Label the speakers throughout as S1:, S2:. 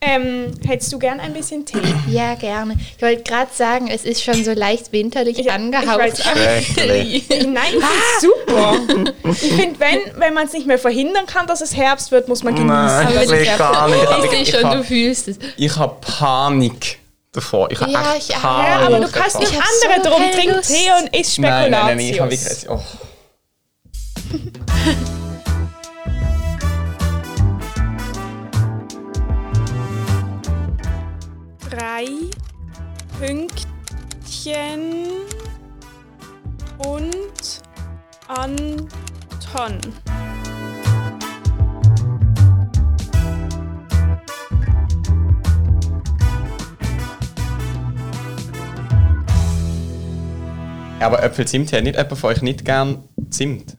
S1: Ähm, hättest du gern ein bisschen Tee?
S2: Ja, gerne. Ich wollte gerade sagen, es ist schon so leicht winterlich
S1: Ja, ich
S2: angehaucht.
S1: weiß.
S3: Schrecklich.
S1: Nein, ich find's super. Ich finde, wenn, wenn man es nicht mehr verhindern kann, dass es Herbst wird,
S3: Genau,
S1: muss man genießen.
S3: Nein,
S2: Aber
S3: das will ich gar nicht.
S2: Ich sehe
S3: Ich
S2: schon, du
S3: hab-
S2: fühlst es.
S3: Ich habe Panik davor. Ich habe
S2: Ja,
S3: echt
S2: ich auch.
S3: Panik.
S1: Ja, aber du kannst
S3: davor.
S1: nicht
S2: Ich hab
S1: andere
S2: so
S1: drum.
S2: keine
S1: Trink
S2: Lust.
S1: Tee und isst
S3: Nein,
S1: Spekulatius.
S3: nein, nein, ich habe wirklich. Oh.
S1: Drei Pünktchen und Anton.
S3: Aber Äpfelzimt hat nicht jemand von euch nicht gern Zimt.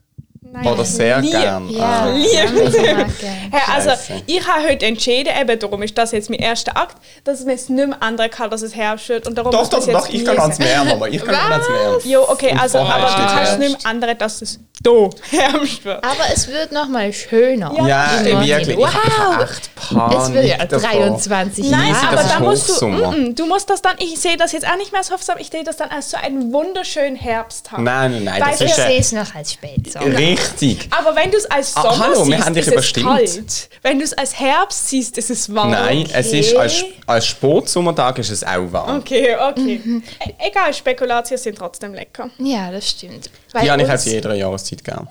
S1: Nein,
S3: Oder sehr
S1: lieb.
S3: gern.
S2: Ja,
S3: Ah.
S2: ja,
S1: Liebend.
S2: ich mag gerne.
S1: Hey, also,
S3: Scheiße.
S1: ich habe heute entschieden, eben darum ist das jetzt mein erster Akt, dass es mir es nicht mehr andere kann, dass es Herbst wird. Und darum
S3: Doch,
S1: muss
S3: doch,
S1: es jetzt
S3: doch, ich kann
S1: genießen.
S3: ganz mehr nochmal. Ich kann ganz mehr.
S1: Jo, okay,
S3: Und
S1: also,
S3: vorher
S1: aber
S3: ist
S1: du
S3: nicht
S1: kannst
S3: Herbst.
S1: nicht mehr andere, dass es da Herbst wird.
S2: Aber es wird nochmal schöner.
S3: Ja, äh,
S2: Im Monat.
S3: wirklich. Ich habe
S2: Wow.
S3: echt Panik.
S2: oh, Es wird ja
S3: davor.
S2: 23
S1: Nein,
S3: Easy,
S2: Jahre.
S1: aber
S3: das ist
S1: da musst du,
S3: Hochsommer.
S1: mm, mm, du musst das dann, ich sehe das jetzt auch nicht mehr als Hoffsam, ich sehe das dann als so einen wunderschönen Herbst haben.
S3: Nein, nein, nein, das
S1: Weil
S2: ich
S3: ist
S1: wir-
S3: ja
S2: sehe es noch als Spätsommer.
S3: Äh, richtig.
S1: Aber wenn du es als
S3: Ah,
S1: Sommer
S3: hallo, wir
S1: siehst,
S3: haben dich
S1: ist
S3: überstimmt.
S1: es kalt. Wenn du es als Herbst siehst, ist es warm.
S3: Nein, es ist als, als Sportsommertag ist es auch warm.
S1: Okay, okay. E egal, Spekulatien sind trotzdem lecker.
S2: Ja, das stimmt. Bei
S3: Die habe ich
S2: uns-
S3: aus jeder Jahreszeit gern.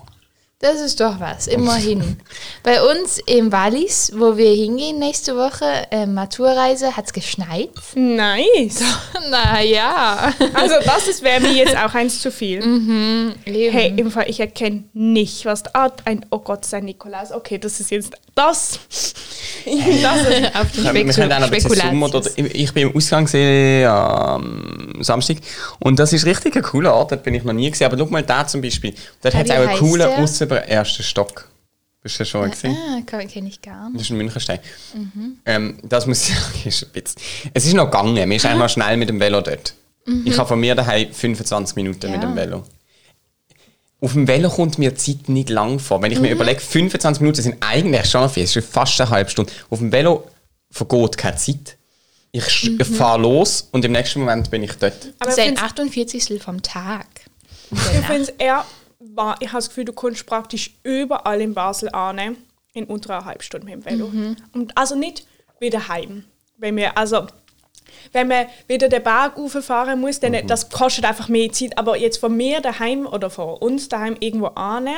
S2: Das ist doch was, immerhin. Bei uns im Wallis, wo wir hingehen nächste Woche, äh, Maturreise, hat es geschneit.
S1: Nice.
S2: Naja.
S1: Also das ist- wäre mir jetzt auch eins zu viel. Hey,
S2: Hey.
S1: im Fall, ich erkenne nicht, was da ah, ein Oh Gott sei Nikolaus. Okay, das ist jetzt das. das ist,
S2: Auf die
S3: Wir können- wir können auch noch ein bisschen Sommer dort. Ich ich bin im Ausgang gesehen am Samstag und das ist richtig ein cooler Ort, dort bin ich noch nie gesehen. Aber schau mal da zum Beispiel, dort
S2: Ah,
S3: hat es
S2: wie
S3: auch einen
S2: heisst
S3: coolen
S2: der?
S3: Aussenber ersten Stock. Bist du schon mal gesehen?
S2: Ah, kenne ich gar nicht.
S3: Das ist ein Münchenstein. Ähm, das muss ich sagen, ist ein bisschen. Es ist noch gegangen. Mir ist eigentlich noch schnell mit dem Velo dort. Ich habe von mir daheim 25 Minuten mit
S2: Ja.
S3: dem Velo. Auf dem Velo kommt mir die Zeit nicht lang vor. Wenn ich mir überlege, 25 Minuten sind eigentlich schon viel, es ist fast eine halbe Stunde. Auf dem Velo vergeht keine Zeit. Ich sch- fahre los und im nächsten Moment bin ich dort.
S1: aber
S2: Das
S1: ich
S2: ist ein
S1: finde
S2: 48. vom Tag.
S1: es eher, wahr. ich habe das Gefühl, du kannst praktisch überall in Basel ane in unter einer halben Stunde mit dem Velo. Und also nicht wieder heim. Wenn wir, also, wenn man wieder den Berg fahren muss, dann das kostet einfach mehr Zeit. Aber jetzt von mir daheim oder von uns daheim irgendwo ane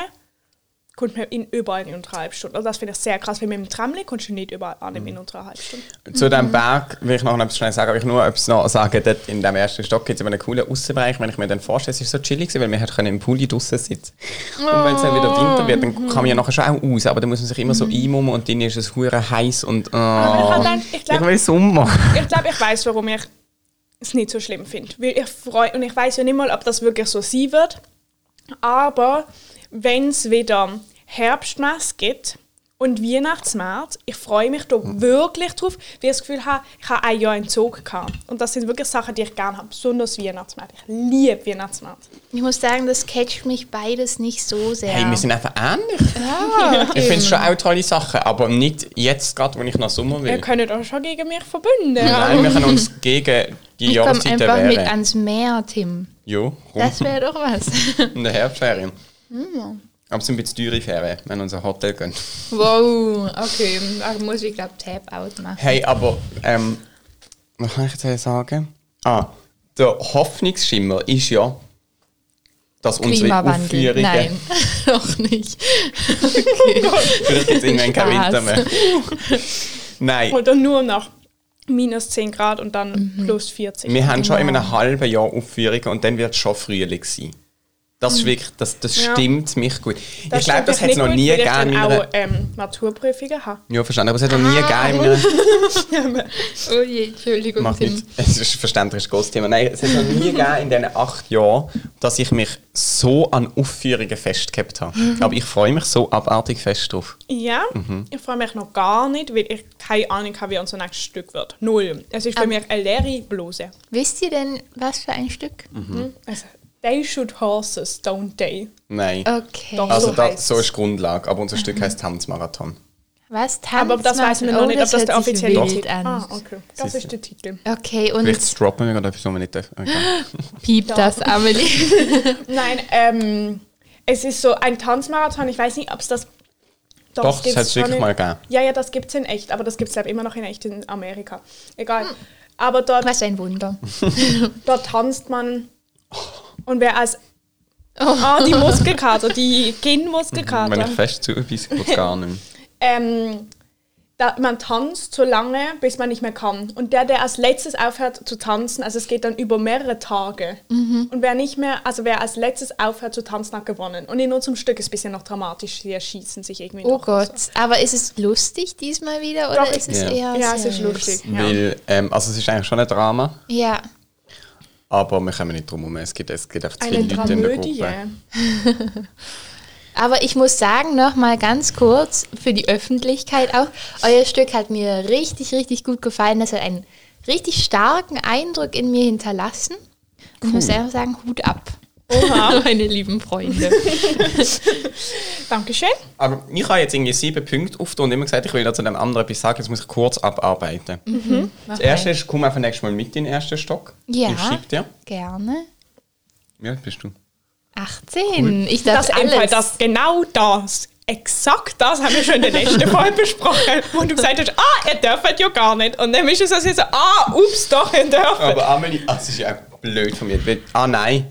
S1: kommt man in überall in unter einer halben Stunde. Also das finde ich sehr krass, weil mit dem Tramli kommst du nicht überall an in unter einer halben Stunde.
S3: Zu dem
S1: Mhm.
S3: Berg will ich noch etwas schnell sagen, aber ich nur etwas noch sagen, dort in dem ersten Stock gibt es einen coolen Außenbereich, wenn ich mir den vorstelle, es ist so chillig, gewesen, weil man hätte können im Pulli draussen sitzen Und wenn es dann wieder
S1: Oh.
S3: Winter wird, dann kann man ja nachher schon auch raus, aber dann muss man sich immer so einmummen und dann ist es hure heiß und
S1: Mhm. Ah, ich
S3: oh,
S1: hab gedacht, ich glaub-
S3: will Sommer.
S1: ich glaube, ich weiß, warum ich es nicht so schlimm finde. Weil ich freu und ich weiß ja nicht mal, ob das wirklich so sein wird. Aber wenn es wieder Herbstmess gibt und Weihnachtsmärz, ich freue mich da
S3: Mhm.
S1: wirklich drauf, weil ich das Gefühl habe, ich habe ein Jahr Entzug gehabt. Und das sind wirklich Sachen, die ich gerne habe, besonders Weihnachtsmärz. Ich liebe Weihnachtsmärz.
S2: Ich muss sagen, das catcht mich beides nicht so sehr.
S3: Hey, wir sind einfach ähnlich. ich finde es schon auch tolle Sachen, aber nicht jetzt gerade, wenn ich noch Sommer
S1: Ihr
S3: will.
S1: könnt euch schon gegen mich verbünden.
S3: Nein, wir können uns gegen die
S2: ich komme
S3: Jahreszeiten
S2: einfach mit
S3: wehren.
S2: ans Meer, Tim.
S3: Jo, rum
S2: Das wäre doch was.
S3: in der Herbstferien.
S1: Hm.
S3: Aber es sind ein bisschen teure Ferien, wenn wir unser Hotel gehen.
S2: wow, okay. Da
S1: also
S2: muss ich, glaube Tap-Out machen.
S3: Hey, aber ähm, was kann ich jetzt sagen? Ah, der Hoffnungsschimmer ist ja, dass unsere
S2: Klimawandel.
S3: Aufführungen
S2: Nein, doch nicht.
S3: vielleicht jetzt irgendwann kein Winter mehr. Nein,
S1: Oder nur nach minus 10 Grad und dann
S3: Mhm.
S1: plus 40.
S3: wir haben schon in
S2: Genau.
S3: einem halben Jahr Aufführungen und dann wird es schon Frühling sein. Das ist wirklich, das, das
S1: Hm. Ja.
S3: stimmt mich gut. ich glaube,
S1: stimmt mich
S3: das hat es
S1: nicht
S3: noch
S1: gut,
S3: nie
S1: weil ich
S3: gegeben. in
S1: dann auch Ah,
S3: einer-
S1: ähm, Maturprüfungen habe.
S3: Ja, verstanden, aber es hat noch nie gegeben. in einer-
S2: Oh je, Entschuldigung,
S3: Mach
S2: Tim.
S3: nicht. Es ist ein verständliches Großthema. Nein, es hat noch nie gegeben in diesen acht Jahren, dass ich mich so an Aufführungen festgehabt habe. Aber ich freue mich so abartig fest drauf.
S1: Ja,
S3: Mhm.
S1: ich freue mich noch gar nicht, weil ich keine Ahnung habe, wie unser nächstes Stück wird. Null. Es
S2: Ähm.
S1: ist für mich eine leere Bluse.
S2: Wisst ihr denn, was für ein Stück?
S3: Mhm.
S1: Also, they should horses, don't they?
S3: Nein.
S2: Okay.
S1: Doch.
S3: Also
S1: so
S3: da,
S1: heisst's.
S3: so ist die Grundlage. Aber unser Stück heißt Tanzmarathon.
S2: Was?
S1: Aber das weiß man
S2: Tanzmatten?
S1: noch
S2: Oh,
S1: nicht, ob das
S2: hört
S1: der
S2: sich
S1: offizielle
S2: wild
S1: Titel ist.
S2: an.
S1: Ah, okay. Das
S3: Siehste.
S1: ist der Titel.
S2: Okay, und
S3: Vielleicht droppen wir gerade etwas, was wir nicht dürfen. Okay.
S2: piep das, Amelie.
S1: Nein, ähm, es ist so ein Tanzmarathon. Ich weiß nicht, ob es das.
S3: Doch, das
S1: gibt's
S3: hat's wirklich
S1: schon in-
S3: mal gegeben.
S1: Ja, ja, das gibt es in echt, aber das gibt es glaube ich immer noch in echt in Amerika. Egal. Aber dort,
S2: Was ein Wunder.
S1: dort tanzt man und wer als.
S2: Oh.
S1: Ah, die Muskelkater, die
S3: Wenn
S1: Kinnmuskelkater.
S3: ich fest zu etwas geht gar nicht mehr.
S1: ähm, da, man tanzt so lange, bis man nicht mehr kann. Und der, der als letztes aufhört zu tanzen, also es geht dann über mehrere Tage.
S2: Mhm.
S1: Und wer nicht mehr, also wer als letztes aufhört zu tanzen, hat gewonnen. Und in unserem Stück ist ein bisschen noch dramatisch, sie erschießen sich irgendwie
S2: Oh
S1: noch.
S2: Gott, aber ist es lustig diesmal wieder oder
S1: Doch,
S2: ist es
S3: ja.
S2: eher
S1: Ja, es ist
S2: serious?
S1: lustig. Ja.
S3: Weil, ähm, also es ist eigentlich schon ein Drama,
S2: Ja.
S3: aber wir kommen nicht drum herum. Es gibt, es gibt einfach zu
S1: Eine
S3: viele Leute in der
S1: Dramödie.
S3: Gruppe.
S2: Aber ich muss sagen, noch mal ganz kurz für die Öffentlichkeit auch, euer Stück hat mir richtig, richtig gut gefallen. Das hat einen richtig starken Eindruck in mir hinterlassen. Und Ich muss einfach sagen, Hut ab. Oha. Meine lieben Freunde.
S1: Dankeschön.
S3: Aber ich habe jetzt irgendwie sieben Punkte aufgetan und immer gesagt, ich will da zu dem anderen etwas sagen, jetzt muss ich kurz abarbeiten. Das erste ist, komm einfach nächstes Mal mit in den ersten Stock.
S2: Ja.
S3: Ich schieb dir.
S2: Gerne.
S3: Wie alt bist du?
S2: 18. Ich
S1: Das,
S2: darf
S1: das,
S2: alles.
S1: das genau das. Exakt das haben wir schon in der letzten Folge besprochen, wo du gesagt hast, ah, ihr dürft ja gar nicht. Und dann ist es also so, ah, ups, doch, ihr dürft.
S3: Aber Amelie, ah, das ist ja blöd von mir. Weil- Ah nein,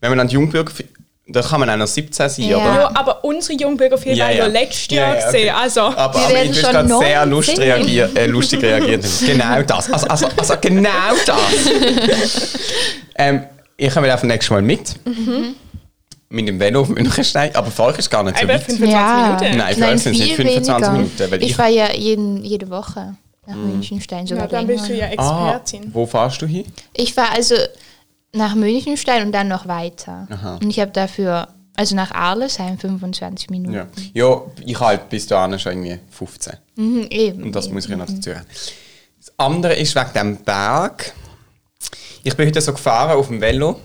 S3: wenn man an die Jungbürger... Da kann man auch noch 17 sein,
S2: Ja.
S3: oder?
S1: Ja, aber unsere Jungbürgerfehl war Ah. ja letztes Jahr
S3: okay.
S1: gesehen. Also,
S3: Aber,
S2: Wir
S3: aber
S2: werden
S3: ich
S2: schon
S3: bin sehr
S2: 19.
S3: lustig reagiert, äh, lustig reagiert. Genau das. Also, also, also genau das. ähm, ich komme auf das nächste Mal mit.
S2: Mhm.
S3: Mit dem Velo auf Münchenstein. Aber vorher ist gar nicht so
S1: eben
S3: weit.
S1: 25
S2: Ja.
S1: Minuten.
S3: Nein, für uns sind es
S2: viel
S3: nicht 25
S2: weniger.
S3: Minuten, weil
S2: ich,
S3: ich- Mhm.
S2: fahre ja jeden, jede Woche nach Münchenstein sogar
S1: Ja, dann bist du
S2: länger.
S1: ja
S3: Ah,
S1: Expertin.
S3: wo fährst du hin?
S2: Ich fahre also nach Münchenstein und dann noch weiter. Und ich habe dafür, also nach Arlesheim 25 Minuten.
S3: Ja, ja ich halt bis dahin schon irgendwie 15.
S2: Mhm, eben.
S3: Und das
S2: eben.
S3: muss ich noch dazu haben. Das andere ist wegen dem Berg. Ich bin heute so gefahren auf dem Velo.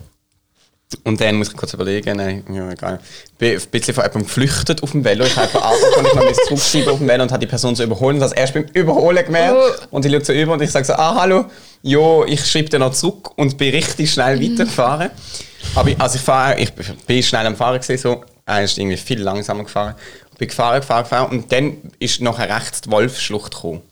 S3: Und dann muss ich kurz überlegen, nein, ja, egal. Ich bin ein bisschen von jemandem geflüchtet auf dem Velo. Ich habe verarbeitet und ich habe mich zurückschieben auf dem Velo und habe die Person so überholen. Und das erst beim Überholen gemerkt. Und ich schaue so über und ich sage so, ah, hallo, jo, ich schreibe dir noch zurück und bin richtig schnell weitergefahren. Aber ich, also ich, fahre, ich bin schnell am Fahren gewesen, so. Er ist irgendwie viel langsamer gefahren. Bin gefahren, gefahren, gefahren. Und dann ist nachher rechts die Wolfsschlucht gekommen.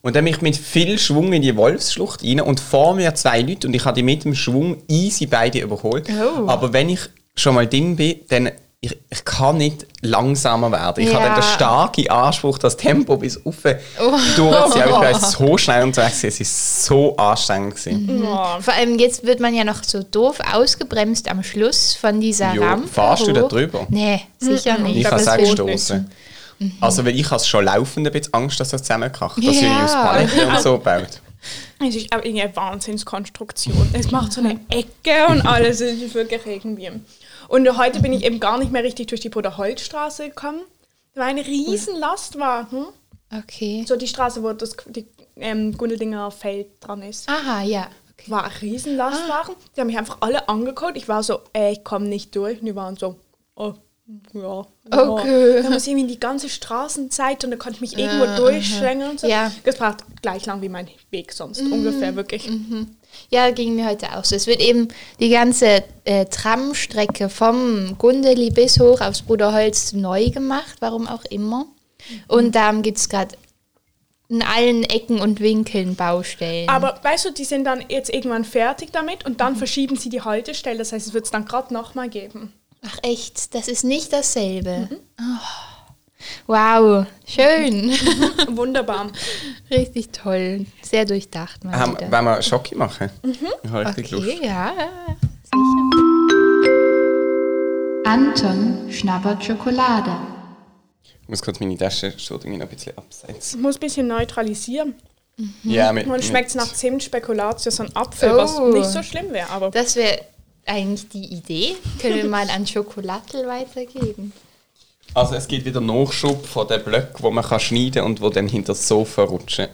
S3: Und dann bin ich mit viel Schwung in die Wolfsschlucht rein und vor mir zwei Leute und ich habe die mit dem Schwung easy beide überholt.
S2: Oh.
S3: Aber wenn ich schon mal drin bin, dann ich, ich kann nicht langsamer werden. Ich habe
S2: Ja. Oh.
S3: dann den starken Anspruch, das Tempo bis rauf durchzuziehen. Aber ich war so schnell unterwegs, gewesen. es war so anstrengend. gewesen.
S2: Mhm.
S1: Ja.
S2: Vor allem jetzt wird man ja noch so doof ausgebremst am Schluss von dieser
S3: Jo,
S2: Rampe.
S3: fahrst du da
S2: hoch.
S3: drüber?
S2: Nee, sicher nicht.
S3: Ich
S1: glaub,
S3: habe
S1: das
S3: es auch
S1: geht
S3: gestoßen. Also, weil ich habe schon laufend ein bisschen Angst, dass das zusammenkracht, dass
S2: Ja.
S3: irgendwie aus Paletten und so baut.
S1: Es ist auch irgendwie eine Wahnsinnskonstruktion. Es macht so eine Ecke und alles. Es ist wirklich irgendwie. Und heute bin ich eben gar nicht mehr richtig durch die Bruderholzstraße gekommen. Das war eine riesen Lastwagen.
S2: Okay.
S1: So die Straße, wo das die, ähm, Gundeldinger Feld dran ist.
S2: Aha, ja. Okay.
S1: War ein riesen
S2: Ah.
S1: Lastwagen. Die haben mich einfach alle angeguckt. Ich war so, ey, ich komme nicht durch. Und die waren so, oh, ja. ja.
S2: Okay.
S1: Dann muss ich irgendwie die ganze Straßenzeit und dann konnte ich mich irgendwo durchschlängeln und so.
S2: Ja. Mhm.
S1: Das braucht gleich lang wie mein Weg sonst. Ungefähr wirklich.
S2: Ja, ging mir heute auch so. Es wird eben die ganze äh, Tramstrecke vom Gundeli bis hoch aufs Bruderholz neu gemacht, warum auch immer. Und darum gibt es gerade in allen Ecken und Winkeln Baustellen.
S1: Aber weißt du, die sind dann jetzt irgendwann fertig damit und dann verschieben sie die Haltestelle. Das heißt, es wird es dann gerade nochmal geben.
S2: Ach echt, das ist nicht dasselbe. Oh. Wow, schön.
S1: Wunderbar.
S2: Richtig toll. Sehr durchdacht mal
S3: Ähm,
S2: wieder.
S3: wollen wir Schocke machen? Ich habe richtig Lust.
S2: Ah, Mhm. Okay, ja, sicher. Anton schnabbert Schokolade.
S3: Ich muss kurz meine Tasche schon irgendwie noch ein bisschen absetzen.
S1: Ich muss ein bisschen neutralisieren.
S2: Mhm.
S3: Ja, mit,
S1: Man
S3: mit-
S1: schmeckt es nach Zimt, Spekulatius und Apfel,
S2: Oh.
S1: was nicht so schlimm wäre. Aber
S2: Das wäre eigentlich die Idee. Können wir mal an Schokolatel weitergeben.
S3: Also es gibt wieder Nachschub von den Blöcken, die man kann schneiden kann und die dann hinter das Sofa rutschen.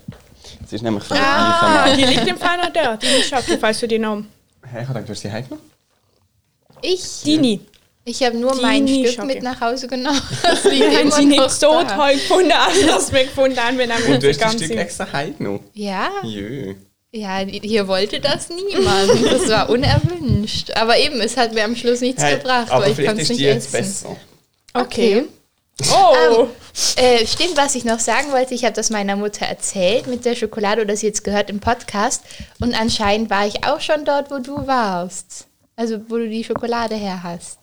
S3: Das ist nämlich von der
S2: Ah.
S3: gleichen
S1: die liegt im Fall noch da. Die Mischapfel, falls du die noch...
S3: Marke. Hey, ich dachte, du hast sie heimgenommen.
S2: Ich?
S1: Dini.
S2: Ich habe nur mein
S1: Die
S2: Stück
S1: Schocke.
S2: mit nach Hause genommen. Das liegt
S1: Wir haben
S2: immer
S1: sie
S2: noch
S1: nicht so
S2: da.
S1: toll gefunden, als dass wir gefunden haben, wenn wir
S3: Und du hast das
S1: gegangen
S3: Stück
S1: sind.
S3: extra heimgenommen.
S2: Ja,
S3: Jö.
S2: ja, hier wollte das niemand. Das war unerwünscht. Aber eben, es hat mir am Schluss nichts
S3: Hey,
S2: gebracht,
S3: aber
S2: weil ich
S3: vielleicht
S2: konnte es
S3: ist
S2: nicht
S3: die jetzt
S2: essen.
S3: besser.
S1: Okay. Oh,
S2: Äh, stimmt, was ich noch sagen wollte, ich habe das meiner Mutter erzählt mit der Schokolade oder sie jetzt gehört im Podcast. Und anscheinend war ich auch schon dort, wo du warst. Also wo du die Schokolade her hast.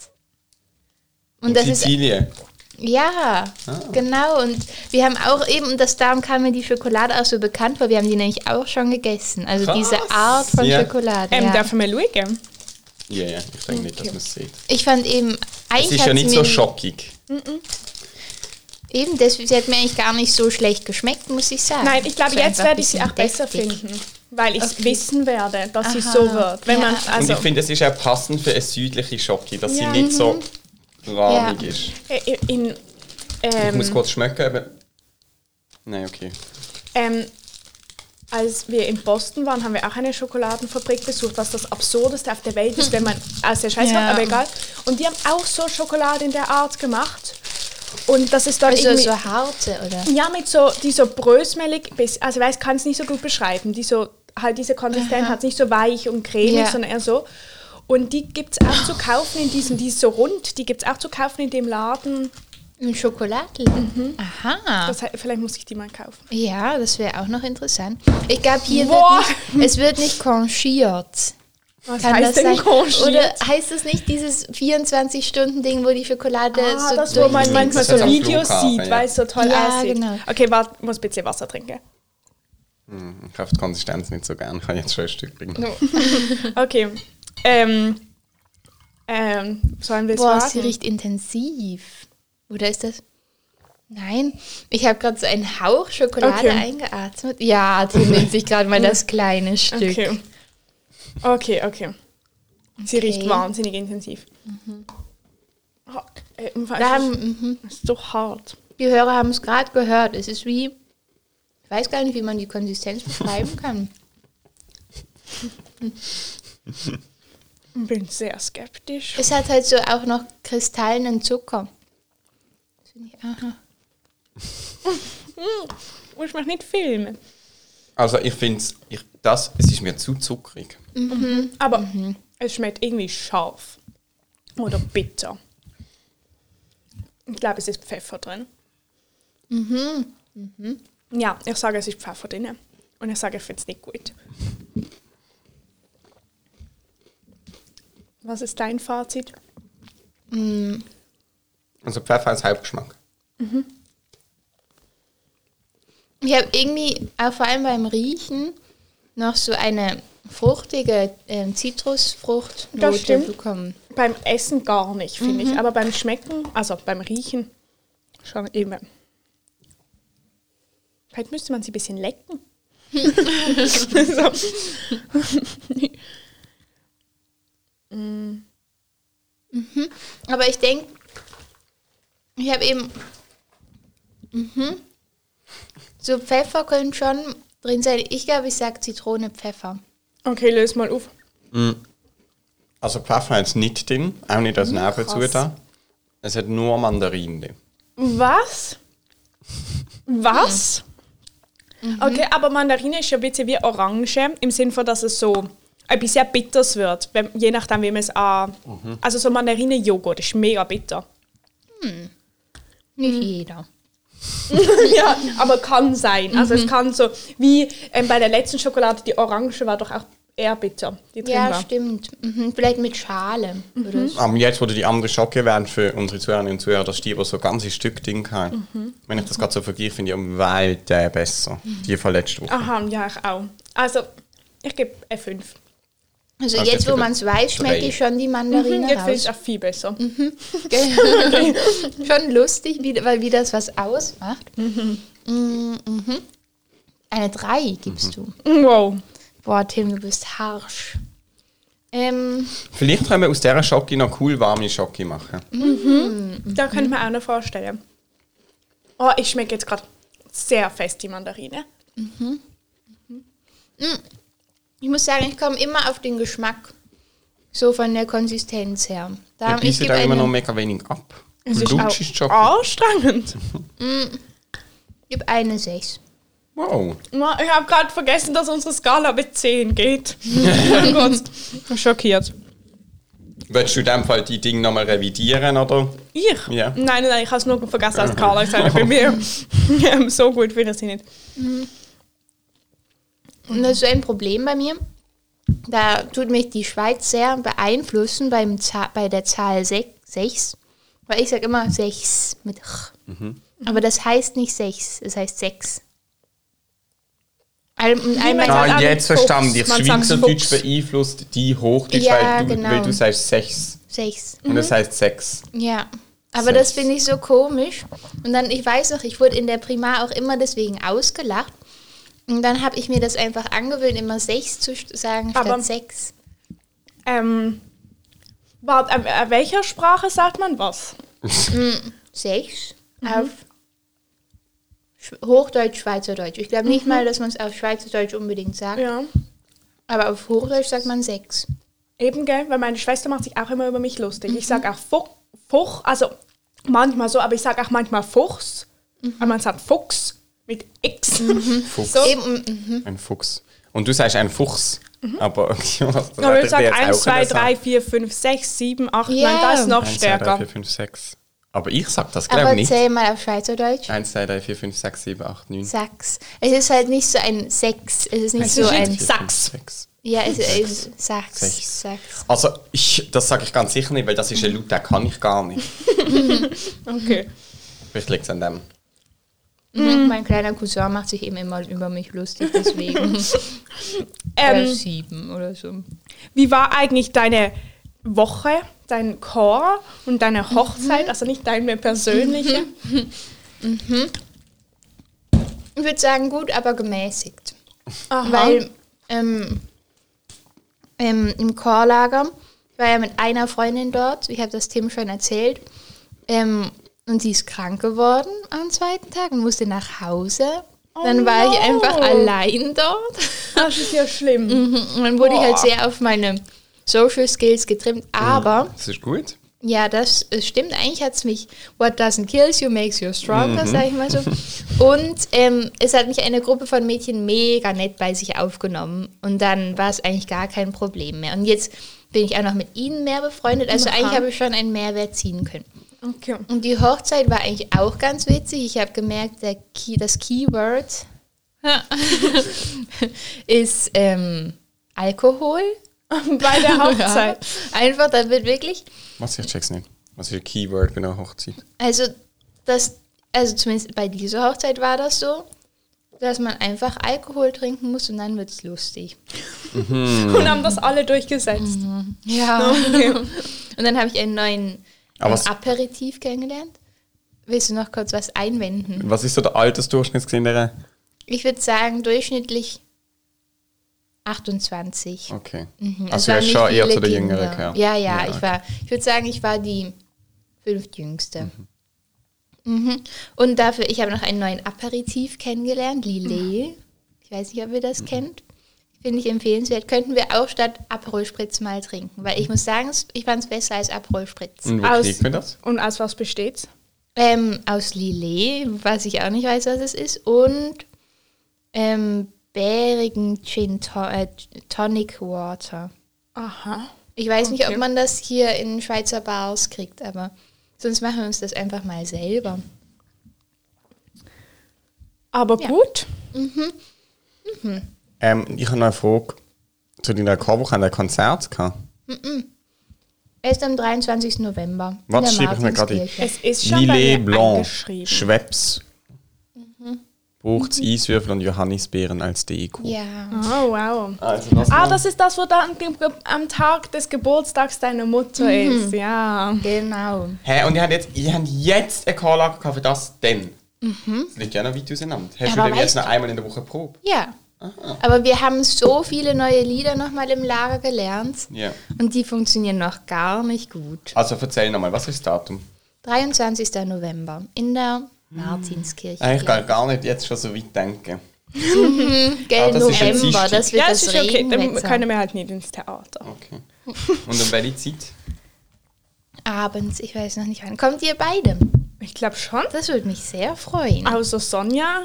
S2: Und das ist
S3: Sizilien.
S2: ja,
S3: Ah.
S2: genau. Und wir haben auch eben, und das darum kam mir die Schokolade auch so bekannt vor, wir haben die nämlich auch schon gegessen. Also
S3: Krass.
S2: diese Art von
S3: Ja.
S2: Schokolade.
S1: ähm,
S2: ja.
S1: darf ich mal schauen?
S3: Ja, ja, ich denke nicht, dass man es sieht.
S2: Ich fand eben,
S3: Es
S2: eigentlich
S3: ist ja
S2: hat's
S3: nicht
S2: mir
S3: so schockig.
S2: Eben, deswegen, sie hat mir eigentlich gar nicht so schlecht geschmeckt, muss ich sagen.
S1: Nein, ich glaube,
S2: So
S1: jetzt
S2: einfach
S1: werde ich
S2: ein
S1: sie auch besser
S2: bisschen deftig.
S1: finden, weil ich es wissen werde, dass sie so wird. Wenn
S2: Ja.
S1: man,
S3: Und
S1: also,
S3: ich finde, es ist auch passend für eine südliche Schocke, dass sie nicht so
S2: mhm.
S3: rahmig ist.
S1: äh, in,
S3: Ich muss
S1: ähm,
S3: kurz schmecken, aber... Nein, okay.
S1: ähm, als wir in Boston waren, haben wir auch eine Schokoladenfabrik besucht, was das Absurdeste auf der Welt ist, wenn man aus der Scheiß
S2: Ja.
S1: macht, aber egal. Und die haben auch so Schokolade in der Art gemacht. Und das ist dort
S2: Also
S1: irgendwie...
S2: so harte, oder?
S1: Ja, mit so, die so brösmelig, bis, also ich weiß, kann es nicht so gut beschreiben. Die so, halt diese Konsistenz hat nicht so weich und cremig,
S2: Ja.
S1: sondern eher so. Und die gibt es auch zu kaufen in diesem, die ist so rund, die gibt es auch zu kaufen in dem Laden.
S2: Im Schokoladenladen. Aha.
S1: Das, he- vielleicht muss ich die mal kaufen.
S2: Mhm. Ja, das wäre auch noch interessant. Ich glaube, hier
S1: Boah.
S2: wird nicht, es wird nicht conchiert.
S1: Was
S2: Kann
S1: heißt
S2: das
S1: denn
S2: sein?
S1: Conchier?
S2: Oder heißt es nicht dieses 24-Stunden-Ding, wo die Schokolade
S1: Ah,
S2: so
S1: das, wo man
S2: durch-
S1: manchmal
S3: Das
S1: so
S3: ist am
S1: Videos
S3: Flughafen,
S1: sieht,
S3: ja.
S1: weil es so toll
S2: Ja,
S1: aussieht.
S2: genau.
S1: Okay, warte, muss ein bisschen Wasser trinken.
S3: Ich kaufe die Konsistenz nicht so gern. Ich kann jetzt schon ein Stück bringen.
S1: Okay. Ähm, ähm, sollen wir es
S2: Boah, sie
S1: warten?
S2: riecht intensiv. Oder ist das? Nein, ich habe gerade so einen Hauch
S1: Okay.
S2: Schokolade eingeatmet. Ja, die nimmt sich gerade mal das kleine Stück.
S1: Okay. Okay, okay. Sie riecht
S2: Okay.
S1: wahnsinnig intensiv. Oh, äh, im Fall
S2: Da
S1: ist
S2: haben, mhm.
S1: es ist so hart.
S2: Die Hörer haben es gerade gehört. Es ist wie, ich weiß gar nicht, wie man die Konsistenz beschreiben kann.
S1: Ich bin sehr skeptisch.
S2: Es hat halt so auch noch kristallenen Zucker. Das finde ich, aha.
S1: Ich mache Hm, nicht Filme.
S3: Also ich finde ich, das, es ist mir zu zuckrig.
S1: Aber es schmeckt irgendwie scharf. Oder bitter. Ich glaube, es ist Pfeffer drin. Ja, ich sage, es ist Pfeffer drin. Und ich sage, ich finde es nicht gut. Was ist dein Fazit?
S3: Also Pfeffer als Hauptgeschmack.
S2: Ich habe irgendwie, auch vor allem beim Riechen, noch so eine fruchtige ähm,
S1: Das
S2: Zitrusfruchtnote
S1: stimmt.
S2: bekommen.
S1: Beim Essen gar nicht, finde ich. Aber beim Schmecken, also beim Riechen, schon immer. Vielleicht müsste man sie ein bisschen lecken. so.
S2: Aber ich denke, ich habe eben. Mhm. So Pfeffer können schon drin sein. Ich glaube, ich sage Zitrone, Pfeffer.
S1: Okay, löse mal auf.
S3: Also Pfeffer hat es nicht drin, auch nicht als Nebenzutat. Es hat nur Mandarinen drin.
S1: Was? Was? Okay, aber Mandarine ist ja ein bisschen wie Orange, im Sinne von, dass es so ein bisschen bitters wird, wenn, je nachdem, wie man es an... Also so Mandarinen-Joghurt ist mega bitter. Mhm.
S2: Nicht jeder.
S1: Ja, aber kann sein. Also es kann so, wie ähm, bei der letzten Schokolade, die Orange war doch auch eher bitter, die drin
S2: Ja,
S1: war.
S2: stimmt. Mhm. Vielleicht mit Schale.
S1: Mhm.
S2: Oder so.
S3: Aber jetzt, wo du die andere Schocke wären für unsere Zuhörerinnen und Zuhörer, dass die, die so ganze Stück drin haben. Wenn ich das gerade so vergleiche, finde ich um Welten besser. Die von letzter Woche.
S1: Aha, ja, ich auch. Also, ich gebe eine 5.
S2: Also
S3: Also
S2: jetzt, wo
S3: für
S2: man es weiß, schmecke
S3: drei.
S2: ich schon die
S1: Mhm, jetzt
S2: Mandarine
S1: finde
S2: raus.
S1: ich es auch viel besser.
S2: Gell? schon lustig, wie, weil wie das was ausmacht. Mhm. Mhm. Eine 3
S3: Mhm.
S2: gibst du.
S1: Wow.
S2: Boah, Tim, du bist harsch. Ähm,
S3: Vielleicht können wir aus dieser Schocke noch cool warme Schocke machen.
S1: Da könnte ich mir auch noch vorstellen. Oh, ich schmecke jetzt gerade sehr fest die Mandarine.
S2: ich muss sagen, ich komme immer auf den Geschmack So von der Konsistenz her. Da
S3: Wir bieten
S2: gebe
S3: da immer
S2: einen-
S3: noch mega wenig ab.
S1: Es
S3: Du
S1: ist
S3: lutschst schon.
S1: auch Ah. anstrengend.
S2: Gib eine 6.
S3: Wow.
S1: Ma, Ich habe gerade vergessen, dass unsere Skala mit 10 geht. Oh Kurz schockiert.
S3: Willst du in dem Fall die Dinge nochmal revidieren, oder?
S1: Ich?
S3: Ja.
S1: Nein, nein, ich habe es nur vergessen, als Carla gesagt hat. Bei mir ähm, so gut finde ich sie nicht.
S2: Und das ist ein Problem bei mir. Da tut mich die Schweiz sehr beeinflussen beim Za- bei der Zahl 6. Weil ich sage immer 6 mit Ch. Aber das heißt nicht 6, es heißt 6. Ein, und einmal
S1: sagt
S3: Ah,
S1: auch Fuchs.
S3: jetzt verstanden. Ich
S1: Man sagt
S3: Schweizerdeutsch
S1: Fuchs.
S3: beeinflusst die Hochdeutsch,
S2: Ja,
S3: weil, du,
S2: genau.
S3: weil du sagst sechs
S2: 6.
S3: und
S1: Mhm.
S3: das heißt sechs.
S2: Ja. Aber das
S3: Sechs.
S2: finde ich so komisch. Und dann, ich weiß noch, ich wurde in der Primar auch immer deswegen ausgelacht. Und dann habe ich mir das einfach angewöhnt, immer 6 zu st- sagen
S1: Aber-
S2: statt 6.
S1: Ähm, wart, äh, äh, welcher Sprache sagt man was? Mhm.
S2: 6 auf Sch- Hochdeutsch, Schweizerdeutsch. Ich glaube nicht mal, dass man es auf Schweizerdeutsch unbedingt sagt.
S1: Ja.
S2: Aber auf Hochdeutsch sagt man 6.
S1: Eben, gell? Weil meine Schwester macht sich auch immer über mich lustig. Ich sage auch Fuch, Fuch, also manchmal so, aber ich sage auch manchmal Fuchs. Aber man sagt Fuchs mit X.
S3: Fuchs.
S1: So. mhm.
S2: Eben, mm, mm,
S3: Ein Fuchs. Und du sagst ein Fuchs. Aber okay, was das
S1: Aber ich
S3: hättest du
S1: sage
S3: jetzt
S1: 1,
S3: auch
S1: 2,
S3: können sagen.
S1: 3, 4, 5, 6, 7, 8, 9,
S2: Ja.
S1: das ist noch
S3: 1, 2, 3,
S1: stärker.
S3: 4, 5, 6. Aber ich sag das, glaube
S2: aber
S3: ich nicht.
S2: zähl mal auf Schweizerdeutsch.
S3: 1, 2, 3, 4, 5, 6, 7, 8, 9.
S2: Sachs. Es ist halt nicht so ein Sechs. Es ist nicht
S1: Es
S2: so
S1: ist nicht
S2: ein.
S1: Sachs.
S2: Ja, es ist Sachs.
S3: Sechs.
S2: Sachs.
S3: Also, ich, das sage ich ganz sicher nicht, weil das
S1: Mhm.
S3: ist ein Laut, den kann ich gar nicht.
S1: Okay.
S3: Vielleicht liegt es an dem.
S2: Mein, mein kleiner Cousin macht sich eben immer über mich lustig, deswegen. oder
S1: Ähm,
S2: sieben oder so.
S1: wie war eigentlich deine Woche, dein Chor und deine Hochzeit? Also nicht deine persönliche.
S2: Ich würde sagen, gut, aber gemäßigt.
S1: Aha.
S2: Weil ähm, ähm, im Chorlager, ich war ja mit einer Freundin dort, ich habe das Tim schon erzählt, ähm, und sie ist krank geworden am zweiten Tag und musste nach Hause. Dann war ich
S1: Oh no.
S2: einfach allein dort.
S1: das ist ja schlimm.
S2: Und dann wurde ich halt
S1: Boah.
S2: sehr auf meine Social Skills getrimmt. Aber
S3: Das ist gut.
S2: Ja, das äh, stimmt. Eigentlich hat es mich, what doesn't kill you makes you stronger, sag ich mal so. Und ähm, es hat mich eine Gruppe von Mädchen mega nett bei sich aufgenommen. Und dann war es eigentlich gar kein Problem mehr. Und jetzt bin ich auch noch mit ihnen mehr befreundet. Also eigentlich habe ich schon einen Mehrwert ziehen können.
S1: Okay.
S2: Und die Hochzeit war eigentlich auch ganz witzig. Ich habe gemerkt, der Key, das Keyword ist ähm, Alkohol.
S1: Bei der Hochzeit.
S2: Einfach, da wird wirklich
S3: Was? Ich check's nicht. Was ist ein Keyword bei einer Hochzeit?
S2: Also, das, also zumindest bei dieser Hochzeit war das so, dass man einfach Alkohol trinken muss und dann wird es lustig.
S1: Und haben das alle durchgesetzt.
S2: Ja.
S1: Okay.
S2: Und dann habe ich einen neuen ähm,
S3: Aber es-
S2: Aperitif kennengelernt. Willst du noch kurz was einwenden?
S3: Was ist so der Altersdurchschnitt gewesen in der?
S2: Ich würde sagen, durchschnittlich 28.
S3: Okay.
S2: Mhm. Es
S3: Also, du
S2: waren
S3: hast
S2: nicht
S3: schon eher
S2: viele
S3: zu der Jüngeren
S2: Kinder.
S3: gehört.
S2: Ja, ja,
S3: Ja,
S2: ich war, ich würde sagen, ich war die fünftjüngste. Mhm.
S3: Mhm.
S2: Und dafür, ich habe noch einen neuen Aperitif kennengelernt,
S3: Mhm.
S2: Lillet. Ich weiß nicht, ob ihr das kennt. Finde ich empfehlenswert. Könnten wir auch statt Aperol Spritz mal trinken, weil ich
S3: Mhm.
S2: muss sagen, es- ich fand es besser als Aperol Spritz.
S3: Und wo
S1: Aus-
S3: kriegt man das?
S1: Und aus was besteht's?
S2: Ähm, aus Lillet, was ich auch nicht weiß, was es ist, und ähm, bärigen Gin to äh, Tonic Water.
S1: Aha.
S2: Ich weiß nicht, ob
S1: Okay.
S2: man das hier in Schweizer Bars kriegt, aber sonst machen wir uns das einfach mal selber.
S1: Aber gut.
S3: Ähm, ich habe noch eine Frage. Zu deiner Chorwoche haben wir ein Konzert gehabt.
S2: Erst am 23. November. in
S3: Was
S2: der
S3: schreibe ich mir gerade ein?
S2: Martinskirche.
S1: Es ist schon bei
S3: Lillet
S1: mir
S3: Blanc,
S1: eingeschrieben.
S3: Schweppes, Bucht, Eiswürfel und Johannisbeeren als E Deko.
S2: Ja.
S1: Oh, wow.
S3: Also das
S1: Ah,
S3: noch-
S1: das ist das, wo da am, Ge- am Tag des Geburtstags deiner Mutter ist. Ja.
S2: Genau.
S3: Hä, und ihr habt jetzt, ihr habt jetzt ein Chorlager gehabt für das denn? Das liegt ja noch weit auseinander. Hast
S2: Aber
S3: du denn jetzt
S2: weißt
S3: noch einmal in der Woche Probe?
S2: Ja.
S3: Ah.
S2: Aber wir haben so viele neue Lieder nochmal im Lager gelernt.
S3: Ja.
S2: Und die funktionieren noch gar nicht gut.
S3: Also erzähl nochmal, was ist das Datum?
S2: 23. November in der Martinskirche.
S3: Hm. Eigentlich gar, gar nicht jetzt schon so weit denken.
S2: Gell,
S3: Ah, das ist ein
S2: November,
S3: Dienstag.
S2: das wird
S1: Ja, es
S2: das
S1: ist okay. Dann
S2: Regenwetter.
S1: können wir halt nicht ins Theater.
S3: Okay. Und um welche Zeit?
S2: Abends, ich weiß noch nicht wann. Kommt ihr beide?
S1: Ich glaube schon.
S2: Das würde mich sehr freuen.
S1: Außer Sonja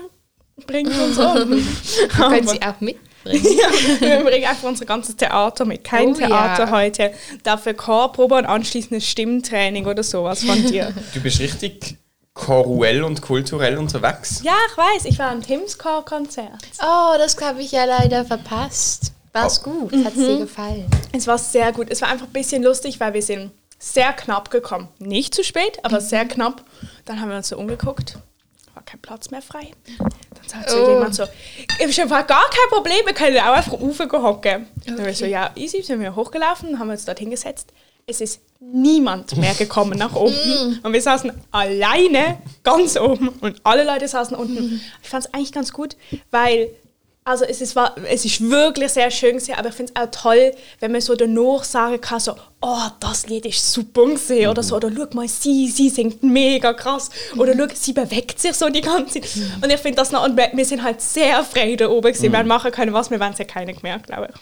S1: bringt uns um.
S2: Ihr könnt sie auch mitbringen.
S1: Ja, wir bringen einfach unser ganzes Theater mit. Kein
S2: Oh ja.
S1: Theater heute. Dafür Chorprobe und anschließendes Stimmtraining oder sowas von dir.
S3: Du bist richtig choruell und kulturell unterwegs.
S1: ja, ich weiß, ich war am Tims Chorkonzert.
S2: Oh, das habe ich ja leider verpasst. War's gut? Hat's dir gefallen?
S1: Es war sehr gut. Es war einfach ein bisschen lustig, weil wir sind sehr knapp gekommen. Nicht zu spät, aber sehr knapp. Dann haben wir uns so umgeguckt. War kein Platz mehr frei. Dann sagt so
S2: Oh.
S1: jemand so, ich habe gar kein Problem, wir können auch einfach raufgehen hocken. Dann haben wir so, ja, easy, sind wir hochgelaufen, haben uns dort hingesetzt. Es ist niemand mehr gekommen nach oben. Und wir saßen alleine ganz oben und alle Leute saßen unten. Ich fand es eigentlich ganz gut, weil also es ist, wa- es ist wirklich sehr schön gewesen, aber ich finde es auch toll, wenn man so danach sagen kann, so, oh, das Lied ist super gewesen, oder so, oder schau mal, sie, sie singt mega krass, oder schau, sie bewegt sich so die ganze Zeit. Und ich finde das noch, und wir, wir sind halt sehr frei da oben gewesen, wir haben machen können, was wir wollen, es hat keiner gemerkt, glaube ich.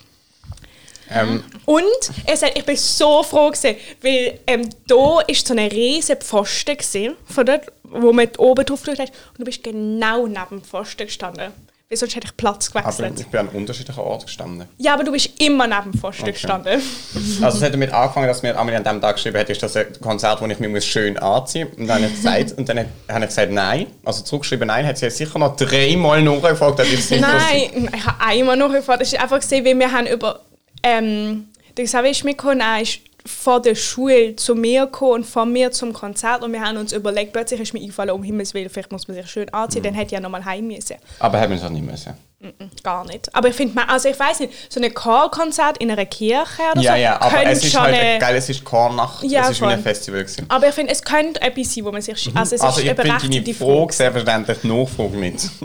S3: Ähm,
S1: Und es hat, ich bin so froh gewesen, weil ähm, da ist so eine riesen Pfosten gewesen, von dort, wo man oben drauf gedrückt hat, und du bist genau neben dem Pfosten gestanden. Weil sonst hätte ich Platz
S3: aber
S1: gewechselt.
S3: ich bin an unterschiedlichen Orten gestanden.
S1: Ja, aber du bist immer neben dem Pfosten
S3: Okay.
S1: gestanden.
S3: Also es hat damit angefangen, dass mir Amelie an dem Tag geschrieben hat, ist das ein Konzert, wo ich mich muss schön anziehen muss. Und dann hat sie gesagt, und dann hat, habe ich gesagt, nein. Also zurückgeschrieben, nein. Hat sie jetzt sicher noch dreimal nachgefragt, ob ich es nicht
S1: Nein, ich habe einmal noch gefragt. Ich habe einfach gesehen, wie wir haben über ähm, den Xavier ist mitgekommen, er ist vor der Schule zu mir gekommen und von mir zum Konzert und wir haben uns überlegt, plötzlich ist mir eingefallen, um Himmels Willen, vielleicht muss man sich schön anziehen,
S3: Mhm.
S1: dann hätte ich ja nochmal heim müssen.
S3: Aber haben wir es auch nicht müssen.
S1: Gar nicht. Aber ich finde, man- also ich weiß nicht, so ein Chorkonzert in einer Kirche oder
S3: Ja,
S1: so,
S3: ja, aber
S1: könnte
S3: es ist
S1: Also schon
S3: halt
S1: eine-
S3: geil, es ist Chornacht,
S1: Ja,
S3: es ist wie ein
S1: voll.
S3: Festival gewesen.
S1: aber ich finde, es könnte etwas sein, wo man sich... Also es
S3: Also
S1: ist
S3: ich
S1: eine
S3: finde
S1: berechtigte
S3: deine Frage selbstverständlich die Nachfrage nicht.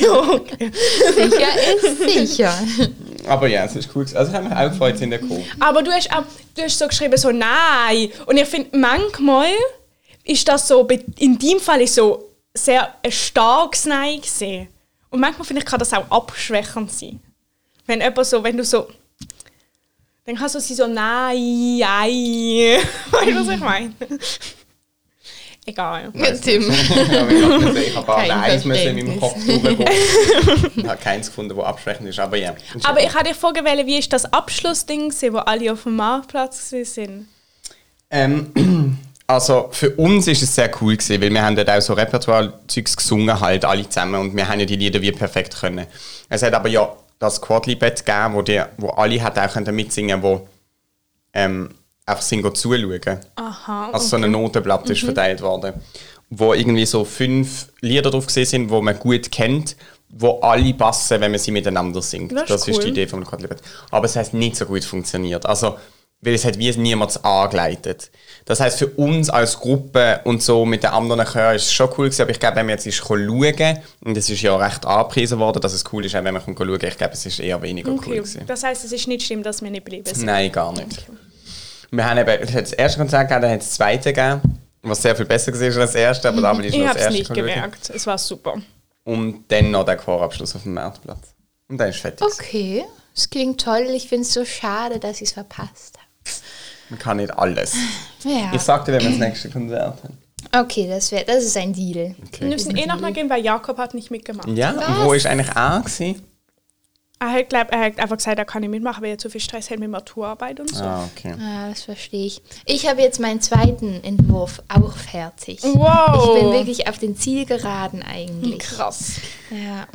S1: Frage.
S2: Sicher ist sicher.
S3: Aber ja, es ist cool. gewesen. Also haben wir auch gefreut, sind gekommen.
S1: Aber du hast auch du hast so geschrieben, so nein. Und ich finde, manchmal ist das so, bei- in deinem Fall ist so sehr ein starkes Nein gewesen. Und manchmal finde ich, kann das auch abschwächend sein. Wenn jemand so, wenn du so, dann kannst du sie so nein, nein. Weißt du, was ich meine? Egal.
S2: Tim.
S3: Ja, wie gesagt, wir sehen, ich habe ein
S2: Kein
S3: paar Eis müssen in meinem Kopf drüber Ich habe keins gefunden, das abschwächend ist, aber ja.
S1: Aber ich hatte dich vorgewählt, wie ist das Abschlussding, gewesen, wo alle auf dem Marktplatz waren?
S3: Ähm, also für uns ist es sehr cool gewesen, weil wir haben dort auch so Repertoire-Zeugs gesungen halt alle zusammen und wir haben ja die Lieder wie perfekt können. Es hat aber ja das Quadlibet gegeben, wo, die, wo alle hat auch können mitsingen, wo ähm, einfach singen zuschauen.
S1: Aha. Mhm.
S3: Also so ein Notenblatt ist verteilt worden, wo irgendwie so fünf Lieder drauf gesehen sind, wo man gut kennt, wo alle passen, wenn man sie miteinander singt.
S1: Das
S3: Das,
S1: ist
S3: ist
S1: cool.
S3: die Idee vom Quadlibet. Aber es hat nicht so gut funktioniert. Also weil es hat wie niemand angeleitet. Das heißt für uns als Gruppe und so mit den anderen Chören ist es schon cool gewesen, aber ich glaube, wenn wir jetzt ist schauen, und es ist ja recht angepriesen worden, dass es cool ist, auch wenn wir schauen, kann, ich glaube, es ist eher weniger cool
S1: Okay.
S3: gewesen.
S1: Das heisst, es ist nicht schlimm, dass wir nicht bleiben sind.
S3: Nein, gar nicht. Wir haben eben, es hat das erste Konzert gegeben, dann hat es das zweite gegeben, was sehr viel besser war als das erste, aber damals ist
S1: Mhm. Ich
S3: noch
S1: habe
S3: das
S1: es
S3: erste
S1: nicht
S3: Konzert.
S1: gemerkt. Es war super.
S3: Und dann noch der Chorabschluss auf dem Marktplatz. Und dann ist fertig.
S2: Okay, es klingt toll. Ich finde es so schade, dass ich es verpasst habe.
S3: Man kann nicht alles.
S2: Ja.
S3: Ich sag dir, wenn wir das nächste Konzert haben.
S2: Okay, das, wär, das ist ein Deal.
S1: Wir
S3: Mhm.
S1: müssen eh nochmal gehen, weil Jakob hat nicht mitgemacht.
S3: Ja, und wo ist eigentlich A? Gewesen?
S1: Er, hat, glaub, er hat einfach gesagt, er kann nicht mitmachen, weil er zu viel Stress hat mit Maturarbeit und so.
S3: Ah, okay.
S2: Ah, das verstehe ich. Ich habe jetzt meinen zweiten Entwurf auch fertig.
S1: Wow.
S2: Ich bin wirklich auf den Zielgeraden eigentlich.
S1: krass.
S2: Ja.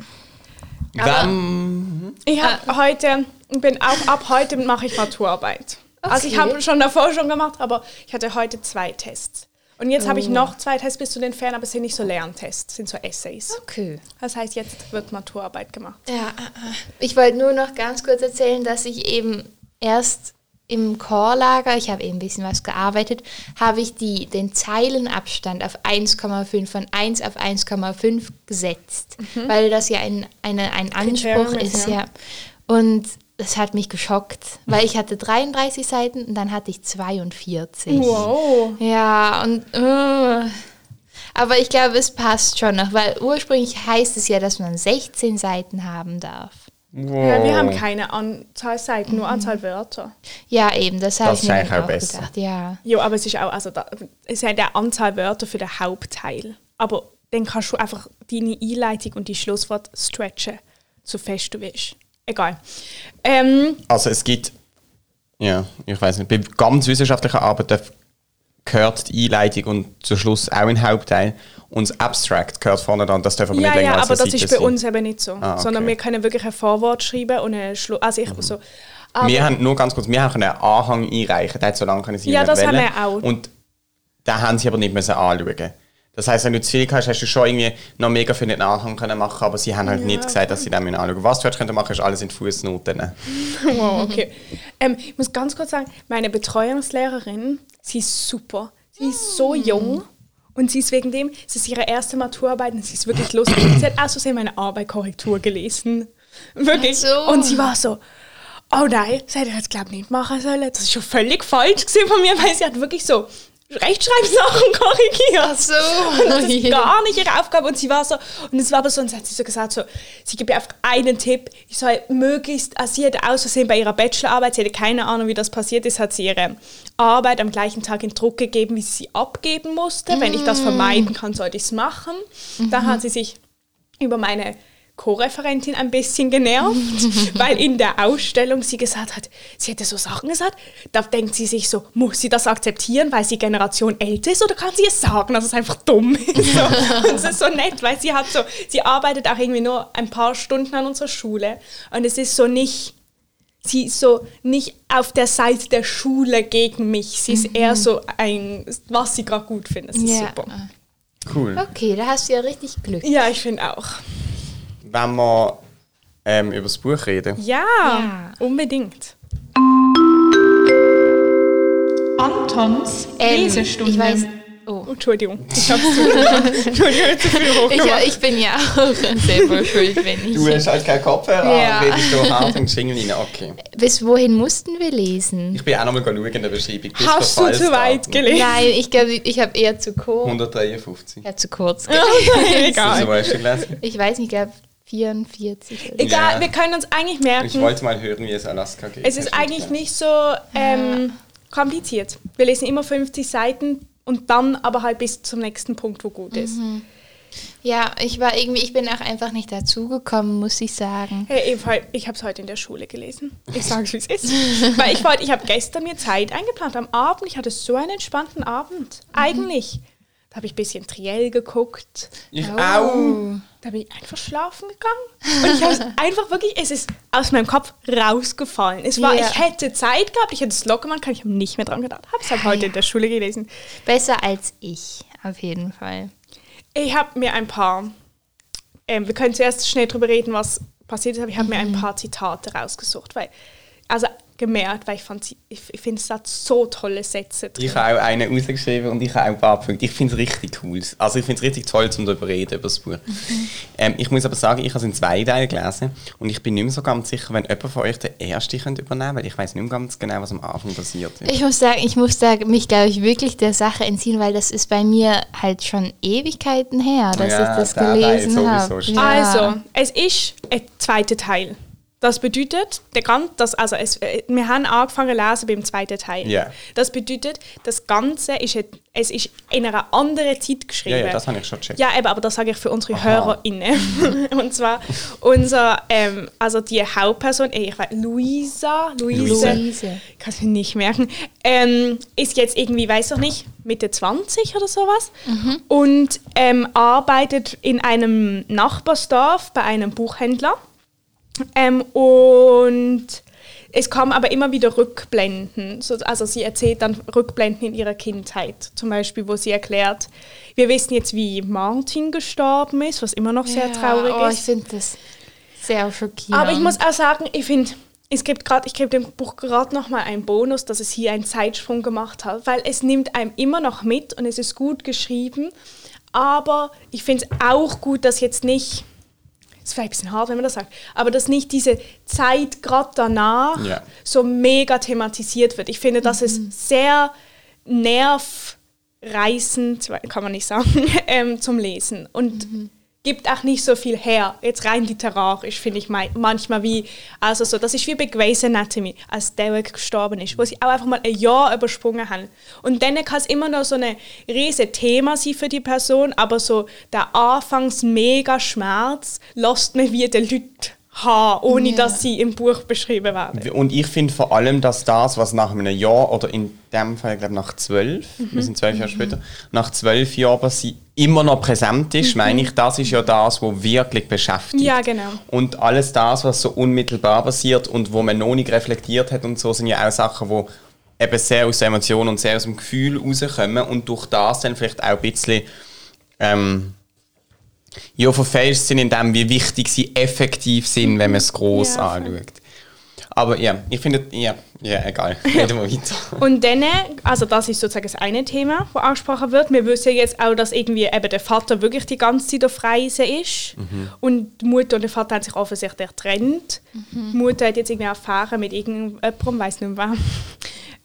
S3: Dann,
S1: Ich habe heute, ich bin auch ab heute mache ich Maturarbeit. Also ich
S2: Okay.
S1: habe schon davor schon gemacht, aber ich hatte heute zwei Tests. Und jetzt habe ich noch zwei Tests bis zu den Ferien, aber es sind nicht so Lerntests, es sind so Essays.
S2: Okay.
S1: Das heißt, jetzt wird Maturarbeit gemacht.
S2: Ja, äh, äh. ich wollte nur noch ganz kurz erzählen, dass ich eben erst im Chorlager, ich habe eben ein bisschen was gearbeitet, habe ich die, den Zeilenabstand auf 1,5 von 1 auf 1,5 gesetzt, weil das ja ein, eine, Mhm. ein Anspruch
S1: Kriterium ist,
S2: ist,
S1: ja.
S2: ja. Und das hat mich geschockt, weil ich hatte 33 Seiten und dann hatte ich 42.
S1: Wow.
S2: Ja, und. Äh, aber ich glaube, es passt schon noch, weil ursprünglich heißt es ja, dass man 16 Seiten haben darf.
S3: Wow.
S1: Ja, wir haben keine Anzahl Seiten, nur Anzahl Wörter.
S2: Ja, eben, das habe
S3: Das
S2: ich
S3: ist
S2: mir
S3: eigentlich
S2: dann
S3: auch
S2: auch
S3: besser.
S2: gedacht. Ja.
S1: Ja, aber es ist auch, also da, es hat eine Anzahl Wörter für den Hauptteil. Aber dann kannst du einfach deine Einleitung und die Schlusswort stretchen, so fest du willst. Egal. Ähm,
S3: Also es gibt, ja, ich weiß nicht, bei ganz wissenschaftlicher Arbeit darf- gehört die Einleitung und zum Schluss auch ein Hauptteil. Und das Abstract gehört vorne dran, das darf aber
S1: ja,
S3: nicht länger
S1: ja,
S3: als
S1: aber
S3: eine
S1: das ist
S3: Seite
S1: bei
S3: sein.
S1: uns eben nicht so.
S3: Ah, okay. Mhm.
S1: Sondern wir können wirklich ein Vorwort schreiben und ein Schluss. Also ich, so. Aber
S3: Wir haben nur ganz kurz, wir haben einen Anhang einreichen, der hat so lange können sie
S1: Ja, das haben
S3: wollen.
S1: wir auch.
S3: Und den haben sie aber nicht müssen anschauen. Das heisst, wenn du zu viel hast, hast du schon irgendwie noch mega viel in den Anhang können machen, aber sie haben halt nicht gesagt, dass sie den müssen anschauen müssen. Was du hättest können machen, ist alles in die Fußnoten.
S1: Wow, okay. Ähm, ich muss ganz kurz sagen, meine Betreuungslehrerin, sie ist super. Sie ist so
S2: Mm.
S1: jung und sie ist wegen dem, es ist ihre erste Maturarbeit und sie ist wirklich lustig. sie hat auch so sehr meine Arbeit Korrektur gelesen. Wirklich.
S2: Ach so.
S1: Und sie war so, oh nein, das hätte ich jetzt glaube ich nicht machen sollen. Das ist schon völlig falsch gesehen von mir, weil sie hat wirklich so Rechtschreibsachen korrigiert.
S2: Ach so.
S1: Und das ist
S2: Ja.
S1: gar nicht ihre Aufgabe. Und sie war so, und es war aber so, und sie hat sie so gesagt, so, sie gibt mir einfach einen Tipp, ich soll möglichst, also sie hatte aus Versehen bei ihrer Bachelorarbeit, sie hatte keine Ahnung, wie das passiert ist, hat sie ihre Arbeit am gleichen Tag in Druck gegeben, wie sie sie abgeben musste. Wenn ich das vermeiden kann, sollte ich es machen. Dann hat sie sich über meine Co-Referentin ein bisschen genervt, weil in der Ausstellung sie gesagt hat, sie hätte so Sachen gesagt. Da denkt sie sich so, muss sie das akzeptieren, weil sie Generation älter ist oder kann sie es sagen, dass es einfach dumm ist? So. Und es ist so nett, weil sie hat so, sie arbeitet auch irgendwie nur ein paar Stunden an unserer Schule und es ist so nicht, sie ist so nicht auf der Seite der Schule gegen mich. Sie ist eher so ein, was sie gerade gut findet. Das ist
S2: ja.
S1: super.
S3: Cool.
S2: Okay, da hast du ja richtig Glück.
S1: Ja, ich finde auch.
S3: Wenn wir ähm, über das Buch reden.
S1: Ja,
S2: Ja.
S1: unbedingt.
S4: Antons
S2: Ähm,
S4: Lesestunde.
S2: Ich weiß. Oh.
S1: Entschuldigung, ich hab's zu Entschuldigung, zu viel
S2: Ich,
S1: hochgemacht.
S2: ich bin ja auch selber schuld, wenn ich.
S3: Du hast halt keinen Kopfhörer,
S2: Ja.
S3: aber redest du hart in den Schingel rein. Okay.
S2: Bis wohin mussten wir lesen?
S3: Ich bin auch nochmal schauen in der Beschreibung. bis
S1: Hast du zu weit
S3: Verfallsdaten.
S1: gelesen?
S2: Nein, ich glaube, ich habe eher zu kurz.
S3: 153.
S2: Ja, zu kurz.
S1: Egal.
S3: Also, wo hast du gelesen?
S2: Ich weiß nicht, ich glaube 44 oder so.
S1: Egal,
S3: Ja.
S1: wir können uns eigentlich
S3: Ich
S1: merken,
S3: wollte mal hören, wie es Alaska geht.
S1: es ist eigentlich nicht so ähm, kompliziert. Wir lesen immer 50 Seiten und dann aber halt bis zum nächsten Punkt, wo gut ist.
S2: Ja, ich war irgendwie, ich bin auch einfach nicht dazugekommen, muss ich sagen.
S1: Hey, Eva, ich habe es heute in der Schule gelesen. Ich sage es, wie es ist. Weil ich wollte, ich habe gestern mir Zeit eingeplant am Abend. Ich hatte so einen entspannten Abend. Eigentlich. Da habe ich ein bisschen Triell geguckt.
S3: Ich
S1: Oh.
S3: auch.
S1: Da bin ich einfach schlafen gegangen. Und ich habe es einfach wirklich, es ist aus meinem Kopf rausgefallen. Es war,
S2: Ja.
S1: ich hätte Zeit gehabt, ich hätte es locker machen können, ich habe nicht mehr dran gedacht. Habe es halt
S2: Ah,
S1: heute
S2: ja.
S1: in der Schule gelesen.
S2: Besser als ich, auf jeden Fall.
S1: Ich habe mir ein paar, ähm, wir können zuerst schnell drüber reden, was passiert ist, aber ich habe mir ein paar Zitate rausgesucht, weil, also gemerkt, weil ich fand, sie- ich, ich finde, es hat so tolle Sätze drin.
S3: Ich habe auch einen rausgeschrieben und ich habe auch ein paar Punkte. Ich finde es richtig cool. Also ich finde es richtig toll, zum darüber reden, über das Buch. ähm, ich muss aber sagen, ich habe es in zwei Teilen gelesen und ich bin nicht mehr so ganz sicher, wenn jemand von euch den ersten könnte übernehmen könnte, weil ich weiß nicht mehr ganz genau, was am Anfang passiert ist.
S2: Ich muss sagen, ich muss da mich, glaube ich, wirklich der Sache entziehen, weil das ist bei mir halt schon Ewigkeiten her, dass
S3: Ja,
S2: ich das
S3: da war ich
S2: gelesen
S3: sowieso
S2: habe.
S3: schon.
S1: Also, es ist ein zweiter Teil. Das bedeutet, der ganz, das, also es, äh, wir haben angefangen zu lesen beim zweiten Teil.
S3: Ja.
S1: Das bedeutet, das Ganze ist, et- es ist in einer anderen Zeit geschrieben.
S3: Ja, ja, das habe ich schon gecheckt.
S1: Ja, eben, aber das sage ich für unsere
S3: Aha.
S1: HörerInnen. Und zwar unser, ähm, also die Hauptperson, eh, ich weiß, Luisa, Luise,
S2: Luise.
S1: ich kann es mir nicht merken, ähm, ist jetzt irgendwie, weiß ich nicht, Mitte 20 oder sowas
S2: Mhm.
S1: und ähm, arbeitet in einem Nachbarsdorf bei einem Buchhändler. Ähm, und es kommen aber immer wieder Rückblenden. So- Also sie erzählt dann Rückblenden in ihrer Kindheit. Zum Beispiel, wo sie erklärt, wir wissen jetzt, wie Martin gestorben ist, was immer noch sehr
S2: Ja,
S1: traurig
S2: oh, Ich
S1: ist.
S2: finde das sehr schockierend.
S1: Aber ich muss auch sagen, ich finde, es gibt gerade, ich gebe dem Buch gerade nochmal einen Bonus, dass es hier einen Zeitsprung gemacht hat, weil es nimmt einem immer noch mit und es ist gut geschrieben. Aber ich finde es auch gut, dass jetzt nicht, es ist vielleicht ein bisschen hart, wenn man das sagt, aber dass nicht diese Zeit gerade danach
S3: Ja.
S1: so mega thematisiert wird. Ich finde, das ist sehr nervreißend, kann man nicht sagen, ähm, zum Lesen. Und gibt auch nicht so viel her. Jetzt rein literarisch finde ich mei- manchmal wie, also so, das ist wie bei Grey's Anatomy, als Derek gestorben ist, wo sie auch einfach mal ein Jahr übersprungen haben. Und dann kann es immer noch so ein riesen Thema sein für die Person, aber so der anfangs mega Schmerz lässt man wie den Leuten haben, ohne
S2: Ja.
S1: dass sie im Buch beschrieben werden.
S3: Und ich finde vor allem, dass das, was nach einem Jahr oder in dem Fall, ich glaube nach zwölf,
S1: Mhm.
S3: wir sind zwölf Jahre später, nach zwölf Jahren, was sie immer noch präsent ist, meine ich, das ist ja das, was wirklich beschäftigt.
S1: Mhm. Ja, genau.
S3: Und alles das, was so unmittelbar passiert und wo man noch nicht reflektiert hat und so, sind ja auch Sachen, wo eben sehr aus der Emotion und sehr aus dem Gefühl rauskommen und durch das dann vielleicht auch ein bisschen ähm, ja, verfälscht sind in dem, wie wichtig sie effektiv sind, wenn man es gross
S1: Ja, voll.
S3: anschaut. Aber ja, ich finde, ja, ja egal, reden wir weiter.
S1: Und dann, also das ist sozusagen das eine Thema, das angesprochen wird. Wir wissen jetzt auch, dass irgendwie eben der Vater wirklich die ganze Zeit auf Reisen ist. Und die Mutter und der Vater haben sich offensichtlich getrennt. Die Mutter hat jetzt irgendwie erfahren mit irgendjemandem, weiß nicht mehr.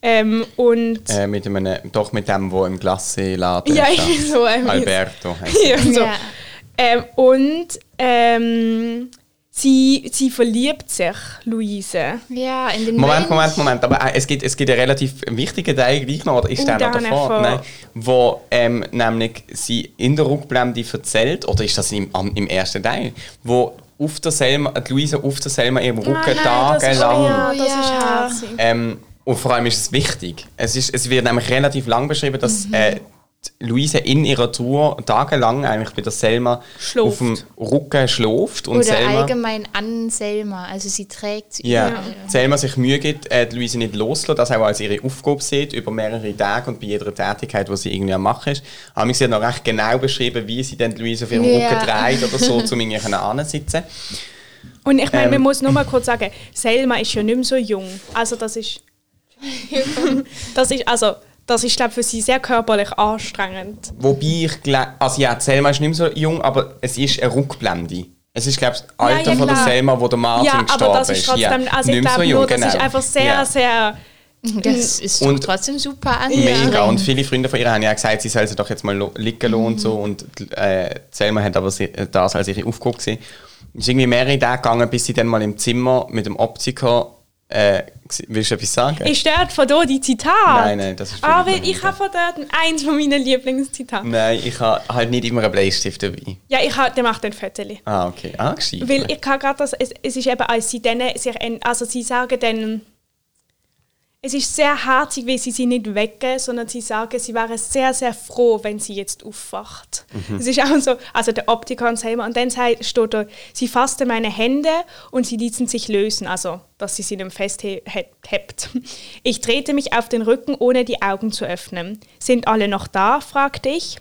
S1: Ähm, und
S3: äh, mit einem, doch mit dem, der im Glacé-Laden
S1: Ja,
S3: steht.
S1: ich- so, ähm,
S3: Alberto heisst er.
S1: ja, so.
S2: Ja.
S1: Ähm, und ähm, sie, sie verliebt sich, Luise.
S2: Ja, in den Mensch.
S3: Moment, Moment, Moment. Aber äh, es gibt, es gibt einen relativ wichtigen Teil gleich noch, oder ist
S1: Oh,
S3: der noch
S1: den
S3: davor?
S1: habe ich
S3: Nein. Wo ähm, nämlich sie in der Rückblende erzählt, oder ist das im, am, im ersten Teil, wo auf der Selma, die Luisa auf der Selma ihren Rücken tagelang...
S1: Oh ja, Ah, das ist
S2: Ja.
S1: herzig.
S3: Ähm, und vor allem ist es wichtig. Es, ist, es wird nämlich relativ lang beschrieben, dass
S2: Mhm.
S3: äh, die Luise in ihrer Tour tagelang eigentlich bei der Selma
S1: Schläft.
S3: auf dem Rücken schläft und
S2: Oder
S3: Selma...
S2: allgemein an Selma. Also sie trägt sie.
S3: Ja.
S1: Ja.
S3: Selma sich Mühe gibt, äh, die Luise nicht loszulassen, das auch als ihre Aufgabe sieht, über mehrere Tage und bei jeder Tätigkeit, die sie irgendwie am machen ist. Aber sie hat noch recht genau beschrieben, wie sie dann die Luise auf ihrem
S2: Ja.
S3: Rücken dreht oder so, um irgendwie ansitzen
S1: Und ich meine,
S3: Ähm.
S1: man muss nur mal kurz sagen, Selma ist ja nicht mehr so jung. Also das ist, das ist, also das ist, glaube für sie sehr körperlich anstrengend.
S3: Wobei ich glaube, also ja, die Selma ist nicht mehr so jung, aber es ist eine Rückblende. Es ist, glaube ich, das Alter
S1: Ja, ja,
S3: von der
S1: klar.
S3: Selma, wo der Martin
S1: ja,
S3: gestorben
S1: aber das ist trotzdem,
S3: ja.
S1: also ich
S3: Nicht mehr
S1: glaube
S3: jung, genau.
S1: nur, das ist einfach sehr,
S3: Ja.
S1: sehr,
S2: Das ist doch
S3: Und-
S2: trotzdem super anstrengend.
S3: Mega. Und viele Freunde von ihr haben ja gesagt, sie soll sie doch jetzt mal lo- liegen lassen
S1: Mhm.
S3: und so. Und äh, Selma hat aber sie, äh, das als ihre Aufgabe gesehen. Es ist irgendwie mehrere Tage gegangen, bis sie dann mal im Zimmer mit dem Optiker. Äh, gsi- willst du etwas sagen?
S1: ist dort von dort die Zitat?
S3: Nein, nein, das ist völlig
S1: Aber ich
S3: dahinter.
S1: habe von dort eins von meinen Lieblingszitaten.
S3: Nein, ich habe halt nicht immer einen Bleistift dabei.
S1: Ja, ich habe, der macht ein Fotos.
S3: Ah, okay. Ah, gescheit.
S1: Weil ich kann gerade das, es, es ist eben, als sie dann sich, en- also sie sagen dann, es ist sehr herzig, weil sie sie nicht wecken, sondern sie sagen, sie wären sehr, sehr froh, wenn sie jetzt aufwacht. Es ist auch so, also der Optiker und selber. Und dann sagt, steht da, sie fasste meine Hände und sie ließen sich lösen, also dass sie sie dem festhebt. Ich drehte mich auf den Rücken, ohne die Augen zu öffnen. Sind alle noch da? fragte ich.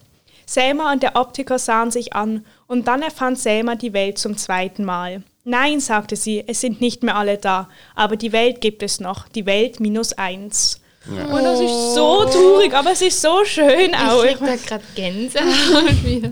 S1: Selma und der Optiker sahen sich an und dann erfand Selma die Welt zum zweiten Mal. Nein, sagte sie, es sind nicht mehr alle da, aber die Welt gibt es noch, die Welt minus eins. Und das ist so traurig, aber es ist so schön auch.
S2: Ich krieg da gerade Gänsehaut wieder.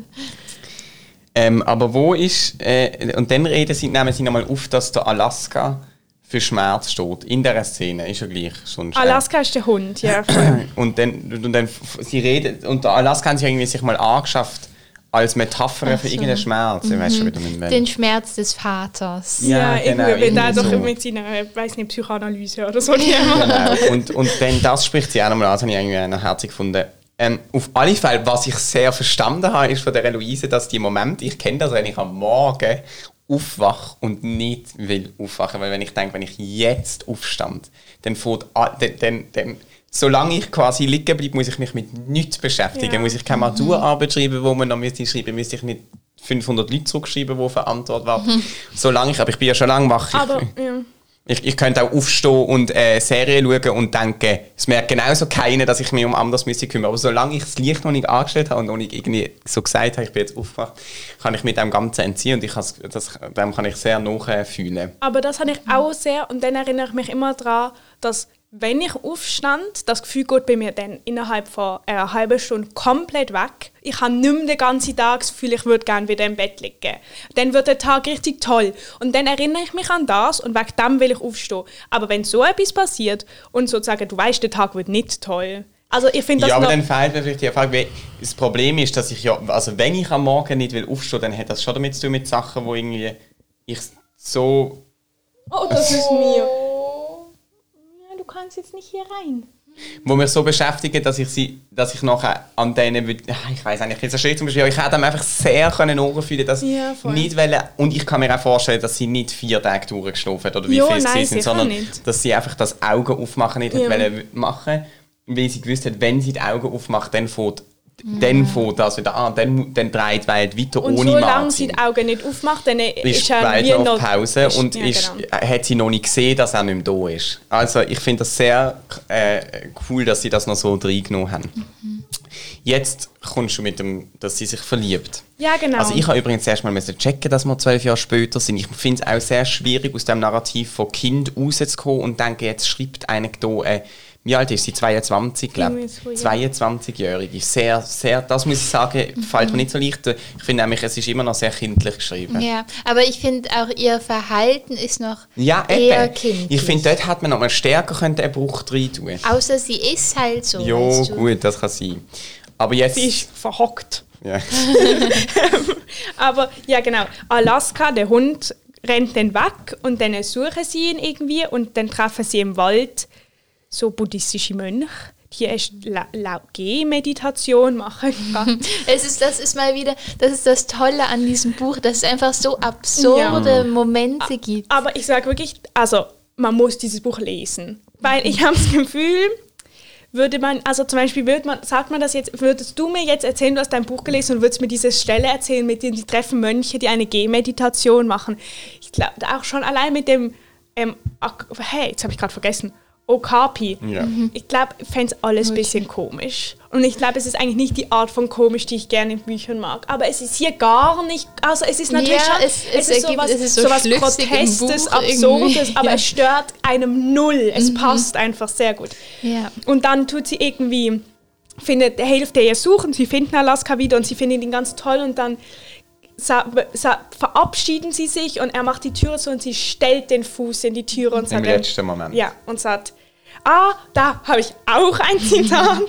S3: Ähm, aber wo ist. Äh, und dann reden sie, nehmen sie nochmal auf, dass der Alaska für Schmerz steht. In dieser Szene. Ist ja gleich. Sonst, äh,
S1: Alaska ist der Hund, ja.
S3: Und dann, und dann f- sie redet, und der Alaska haben sie irgendwie sich mal angeschafft als Metapher für irgendeinen Schmerz. Ich weiß schon wieder
S1: Mhm.
S3: nicht mehr.
S2: Den Schmerz des Vaters.
S3: Ja, genau,
S1: irgendwie, wenn der
S3: irgendwie
S1: doch
S3: so.
S1: mit seiner, weiß nicht, Psychoanalyse oder so. die immer-
S3: genau. und, und dann das spricht sie auch nochmal an, das habe ich irgendwie noch herzig gefunden. Ähm, auf alle Fälle, was ich sehr verstanden habe, ist von der Luise, dass die Moment, ich kenne das, wenn ich am Morgen aufwache und nicht will aufwachen, weil wenn ich denke, wenn ich jetzt aufstand, dann fährt, a- dann, dann, dann solange ich quasi liegen bleibe, muss ich mich mit nichts beschäftigen,
S1: Ja. Mhm.
S3: muss ich keine Maturarbeit schreiben, wo man noch müsste schreiben, müsste ich nicht 500 Leute zurückschreiben, die auf eine Antwort warten. solange ich, aber ich bin ja schon lange wach. ich-
S1: Aber, ja.
S3: ich, ich könnte auch aufstehen und äh, Serien schauen und denken, es merkt genauso keiner, dass ich mich um anders müsste kümmern. Aber solange ich das Licht noch nicht angestellt habe und noch nicht irgendwie so gesagt habe, ich bin jetzt aufgewacht, kann ich mit dem Ganzen entziehen und ich has- das, dem kann ich sehr nachfühlen.
S1: Aber das habe ich auch sehr und dann erinnere ich mich immer daran, dass wenn ich aufstand, das Gefühl geht bei mir dann innerhalb von einer halben Stunde komplett weg. Ich habe nicht mehr den ganzen Tag das Gefühl, ich würde gerne wieder im Bett liegen. Dann wird der Tag richtig toll. Und dann erinnere ich mich an das und wegen dem will ich aufstehen. Aber wenn so etwas passiert und sozusagen, du weißt, der Tag wird nicht toll, Also ich finde das
S3: Ja, aber
S1: noch,
S3: dann fehlt mir vielleicht die Erfahrung. weil Das Problem ist, dass ich ja, also wenn ich am Morgen nicht will aufstehen, dann hat das schon damit zu tun mit Sachen, wo irgendwie ich so
S1: Oh, das ist mir. Ja, du kannst jetzt nicht hier rein.
S3: wo mich so beschäftigen, dass ich sie, dass ich nachher an denen würde, Ah, ich weiß eigentlich nicht, so schwierig zum Beispiel, ich hätte dem einfach sehr können fühlen, dass
S1: Ja, voll.
S3: nicht wollen, und ich kann mir auch vorstellen, dass sie nicht vier Tage durchgeschlafen hat oder wie
S1: Ja,
S3: viel
S1: nein,
S3: sie sind,
S1: sicher
S3: sondern
S1: nicht.
S3: dass sie einfach das Augen aufmachen nicht hat
S1: Ja.
S3: wollen machen, weil sie gewusst hat, wenn sie die Augen aufmacht, dann fährt dann fährt das wieder an, dann, dann dreht die Welt weiter
S1: Mhm. Und
S3: ohne
S1: solange sie
S3: Martin.
S1: die Augen nicht aufmacht, dann ist,
S3: Ist
S1: er
S3: weit
S1: wie
S3: noch
S1: noch...
S3: auf Pause
S1: ist-
S3: und
S1: ja,
S3: ist,
S1: genau.
S3: hat sie noch nicht gesehen, dass er nicht mehr da ist. Also ich finde das sehr äh, cool, dass sie das noch so reingenommen haben.
S1: Mhm.
S3: Jetzt kommst du mit dem, dass sie sich verliebt.
S1: Ja, genau.
S3: Also ich habe übrigens erstmal müssen checken, dass wir zwölf Jahre später sind. Ich finde es auch sehr schwierig, aus dem Narrativ von Kind rauszukommen und denke, jetzt schreibt einer da, äh, wie alt ist sie? 22, glaube ich.
S1: Irgendwie so, ja.
S3: 22-Jährige. Sehr, sehr, das muss ich sagen,
S1: Mhm.
S3: fällt mir nicht so leicht. Ich finde nämlich, es ist immer noch sehr kindlich geschrieben.
S2: Ja, aber ich finde auch ihr Verhalten ist noch
S3: Ja,
S2: eher
S3: eben.
S2: kindlich.
S3: Ich finde, dort hat man noch mal stärker können den Bruch rein tun.
S2: Außer sie Ah, ist halt so.
S3: Jo,
S2: weißt du.
S3: gut, das kann sein. Aber jetzt.
S1: Sie ist verhockt.
S3: ja.
S1: Aber ja, genau. Alaska, der Hund, rennt dann weg und dann suchen sie ihn irgendwie und dann treffen sie im Wald so buddhistische Mönche, die erst La- Lao-Ge-Meditation machen.
S2: Es ist, das ist mal wieder, das ist das Tolle an diesem Buch, dass es einfach so absurde Momente gibt.
S1: Aber ich sage wirklich, also man muss dieses Buch lesen, weil ich habe das Gefühl, würde man, also zum Beispiel würde man, sagt man das jetzt, würdest du mir jetzt erzählen, du hast dein Buch gelesen und würdest mir diese Stelle erzählen, mit denen die treffen Mönche, die eine Gehmeditation machen. Ich glaube auch schon allein mit dem, ähm, Ak- hey, jetzt habe ich gerade vergessen, Okapi. Mhm.
S3: Ja.
S1: Ich glaube, ich fände es alles ein bisschen komisch. Und ich glaube, es ist eigentlich nicht die Art von komisch, die ich gerne in Büchern mag. Aber es ist hier gar nicht, also es ist natürlich
S2: Ja,
S1: schon,
S2: es- es ergibt-
S1: sowas,
S2: es ist so
S1: sowas
S2: schlüssig im
S1: Grotestes,
S2: Buch irgendwie.
S1: Absurdes, aber
S2: Ja. Mhm.
S1: es stört einem null. Es passt einfach sehr gut.
S2: Ja.
S1: Und dann tut sie irgendwie, findet, hilft er ihr suchen, sie finden Alaska wieder und sie finden ihn ganz toll und dann sa- sa- verabschieden sie sich und er macht die Tür zu und sie stellt den Fuß in die Tür und sagt, dann-
S3: letzten Moment.
S1: ja, und sagt, ah, da habe ich auch ein Zitat.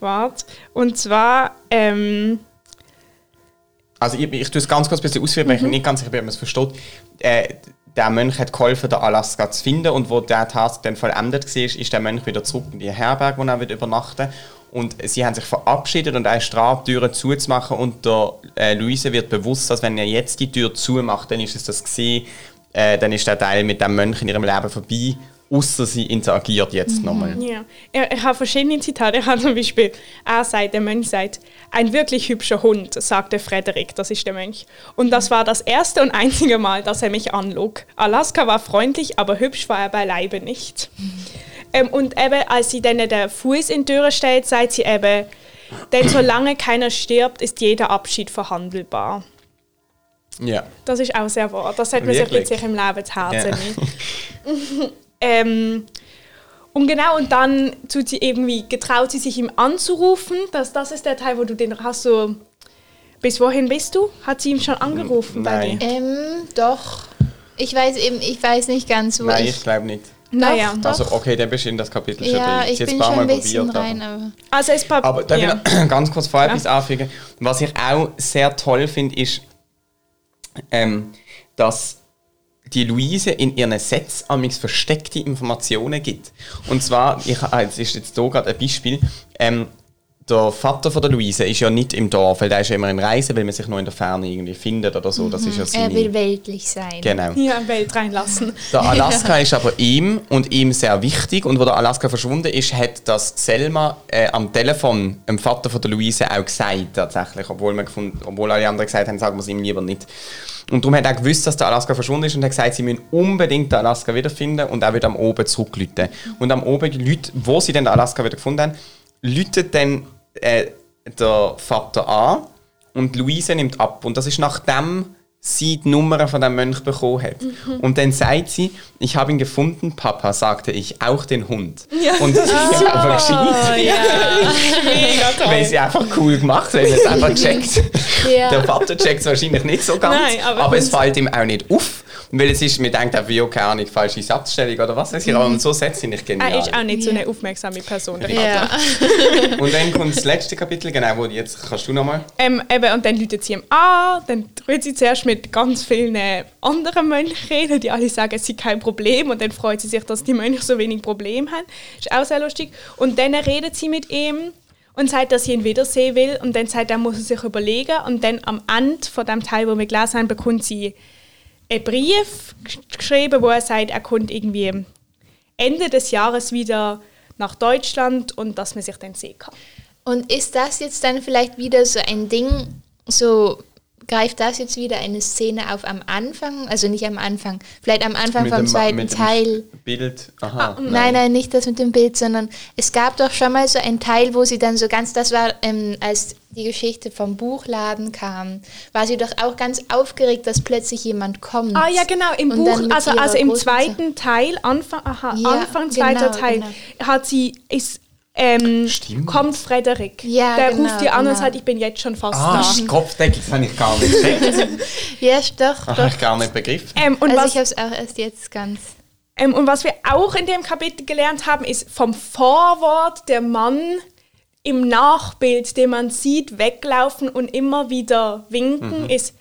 S1: Wart. Und zwar, ähm,
S3: Also ich, ich tue es ganz kurz ein bisschen ausführen,
S2: Mhm.
S3: weil ich nicht ganz sicher bin, ob man es versteht. Äh, der Mönch hat geholfen, den Alaska zu finden und wo der Task dann vollendet war, ist der Mönch wieder zurück in die Herberge, wo er wird übernachten und sie haben sich verabschiedet und er ist dran, die Türen zuzumachen und der äh, Luise wird bewusst, dass wenn er jetzt die Tür zumacht, dann ist es das gesehen, äh, dann ist der Teil mit dem Mönch in ihrem Leben vorbei, außer sie interagiert jetzt
S2: Mhm.
S3: nochmal.
S1: Ja, ich, ich habe verschiedene Zitate. Ich habe zum Beispiel, er sagt, der Mönch sagt, ein wirklich hübscher Hund, sagte Frederik, das ist der Mönch. Und das war das erste und einzige Mal, dass er mich anlog. Alaska war freundlich, aber hübsch war er beileibe nicht. Ähm, und eben, als sie dann den Fuß in die Türe stellt, sagt sie eben, denn solange keiner stirbt, ist jeder Abschied verhandelbar.
S3: Ja.
S1: Das ist auch sehr wahr. Das sollte man sich
S3: Wirklich?
S1: jetzt im Leben zu Herzen
S3: Ja.
S1: nehmen. ähm, und genau, und dann tut sie irgendwie, getraut sie sich ihm anzurufen. Das, das ist der Teil, wo du den hast, so, bis wohin bist du? Hat sie ihm schon angerufen
S3: Nein.
S1: bei dir?
S2: Ähm, doch. Ich weiß eben, ich weiß nicht ganz, wo
S3: Nein,
S2: ich.
S3: ich glaube nicht.
S1: Naja.
S2: Doch.
S3: Also okay, dann bist du in das Kapitel schon
S2: ja,
S3: drin.
S2: ich
S3: Sie hat
S2: bin
S3: es
S2: schon ein
S3: Mal
S2: bisschen
S3: probiert, aber-
S2: rein, aber.
S1: Also es war,
S3: Aber darf
S1: ja.
S3: ich noch ganz kurz vorher etwas anfügen? Was ich auch sehr toll finde, ist, ähm, dass die Luise in ihren Sets amigs versteckte Informationen gibt. Und zwar, ich, ah, jetzt ist jetzt hier gerade ein Beispiel, ähm, der Vater von der Luise ist ja nicht im Dorf, weil der ist ja immer in Reisen, weil man sich noch in der Ferne irgendwie findet oder so. Das ist ja
S2: Er will
S3: seine...
S2: weltlich sein.
S3: Genau.
S1: ja, Welt reinlassen.
S3: Der Alaska ist aber ihm und ihm sehr wichtig. Und wo der Alaska verschwunden ist, hat das Selma äh, am Telefon dem Vater von der Luise auch gesagt, tatsächlich. Obwohl, man gefunden, obwohl alle anderen gesagt haben, sagen wir es ihm lieber nicht. Und darum hat er gewusst, dass der Alaska verschwunden ist und hat gesagt, sie müssen unbedingt den Alaska wiederfinden und er wird am Oben zurücklüten. Und am Oben, die Leute, wo sie den Alaska wieder gefunden haben, lütet dann äh, der Vater an und Luise nimmt ab. Und das ist nachdem sie die Nummer von dem Mönch bekommen hat. Und dann sagt sie, ich habe ihn gefunden, Papa, sagte ich, auch den Hund. Und das ist ja einfach
S2: Oh
S3: gescheit,
S1: Mega
S3: weil sie einfach cool gemacht weil sie es einfach checkt.
S2: Ja.
S3: Der Vater checkt es wahrscheinlich nicht so ganz,
S1: Nein, aber-
S3: aber, es fällt ihm auch nicht auf. Weil es ist, man denkt einfach, ja, keine Ahnung, falsche Satzstellung oder was weiß ich, aber so Sätze sind ich genial.
S1: Er Ah, ist auch nicht so eine aufmerksame Person. der Ricardo.
S2: Ja.
S3: Und dann kommt das letzte Kapitel, genau, wo jetzt kannst du nochmal.
S1: Ähm, eben, und dann läuten sie ihm an, dann reden sie zuerst mit ganz vielen äh, anderen Mönchen reden, die alle sagen, es sei kein Problem und dann freut sie sich, dass die Mönche so wenig Probleme haben. Ist auch sehr lustig. Und dann redet sie mit ihm und sagt, dass sie ihn wiedersehen will und dann sagt er, muss er sich überlegen und dann am Ende von dem Teil, wo wir gelesen haben, bekommt sie einen Brief gesch- geschrieben, wo er sagt, er kommt irgendwie Ende des Jahres wieder nach Deutschland und dass man sich dann sehen kann.
S2: Und ist das jetzt dann vielleicht wieder so ein Ding, so greift das jetzt wieder eine Szene auf am Anfang, also nicht am Anfang, vielleicht am Anfang vom
S3: dem-
S2: zweiten
S3: mit dem Ah,
S2: Teil.
S3: Bild. Aha.
S2: Ah, Nein, nein, nicht das mit dem Bild, sondern es gab doch schon mal so einen Teil, wo sie dann so ganz, das war, ähm, als die Geschichte vom Buchladen kam, war sie doch auch ganz aufgeregt, dass plötzlich jemand kommt.
S1: Ah ja, genau, im
S2: Und dann
S1: Buch,
S2: mit
S1: also,
S2: ihrer
S1: also im
S2: großen-
S1: zweiten Teil, Anfang, aha,
S2: Ja,
S1: Anfang zweiter
S2: genau,
S1: Teil, hat sie, ist, ähm,
S3: Stimmt.
S1: kommt Frederik.
S2: Ja,
S1: der
S2: genau,
S1: ruft ihr an
S2: genau.
S1: und sagt, ich bin jetzt schon fast
S3: Ah,
S1: da.
S3: Kopfdeckel, das habe ich gar nicht gecheckt.
S2: Ja, doch,
S3: Das
S2: doch.
S3: habe ich gar nicht begriffen.
S1: Ähm, und,
S2: Also ich
S1: was,
S2: habe es auch erst jetzt ganz.
S1: ähm, und was wir auch in dem Kapitel gelernt haben, ist vom Vorwort der Mann im Nachbild, den man sieht, weglaufen und immer wieder winken, ist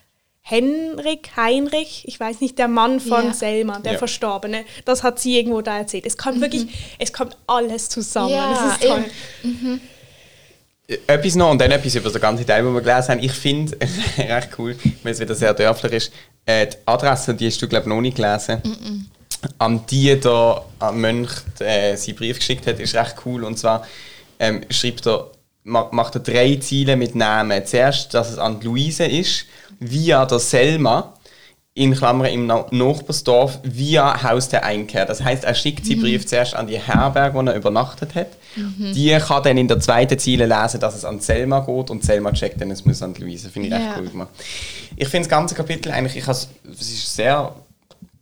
S1: Henrik, Heinrich, ich weiß nicht, der Mann von
S2: Ja.
S1: Selma, der
S3: Ja.
S1: Verstorbene. Das hat sie irgendwo da erzählt. Es kommt wirklich, es kommt alles zusammen.
S2: Mhm. Ja,
S1: das ist toll.
S2: eben.
S3: Etwas noch und dann etwas über das ganze Teil, wo wir gelesen haben. Ich finde recht cool, weil es wieder sehr dörflich ist. Äh, die Adresse, die hast du, glaube ich, noch nicht gelesen. An die da an Mönch äh, seinen Brief geschickt hat, ist recht cool. Und zwar ähm, schreibt er, ma macht er drei Ziele mit Namen. Zuerst, dass es an die Luise ist, via der Selma, in Klammern im Na- Nachbarsdorf, via Haus der Einkehr. Das heißt, er schickt seinen Brief zuerst an die Herberge, wo er übernachtet hat. Die kann dann in der zweiten Ziele lesen, dass es an Selma geht und Selma checkt dann, es muss an die Luise. Finde ich
S2: Ja.
S3: recht cool gemacht. Ich finde das ganze Kapitel eigentlich, ich has- es ist sehr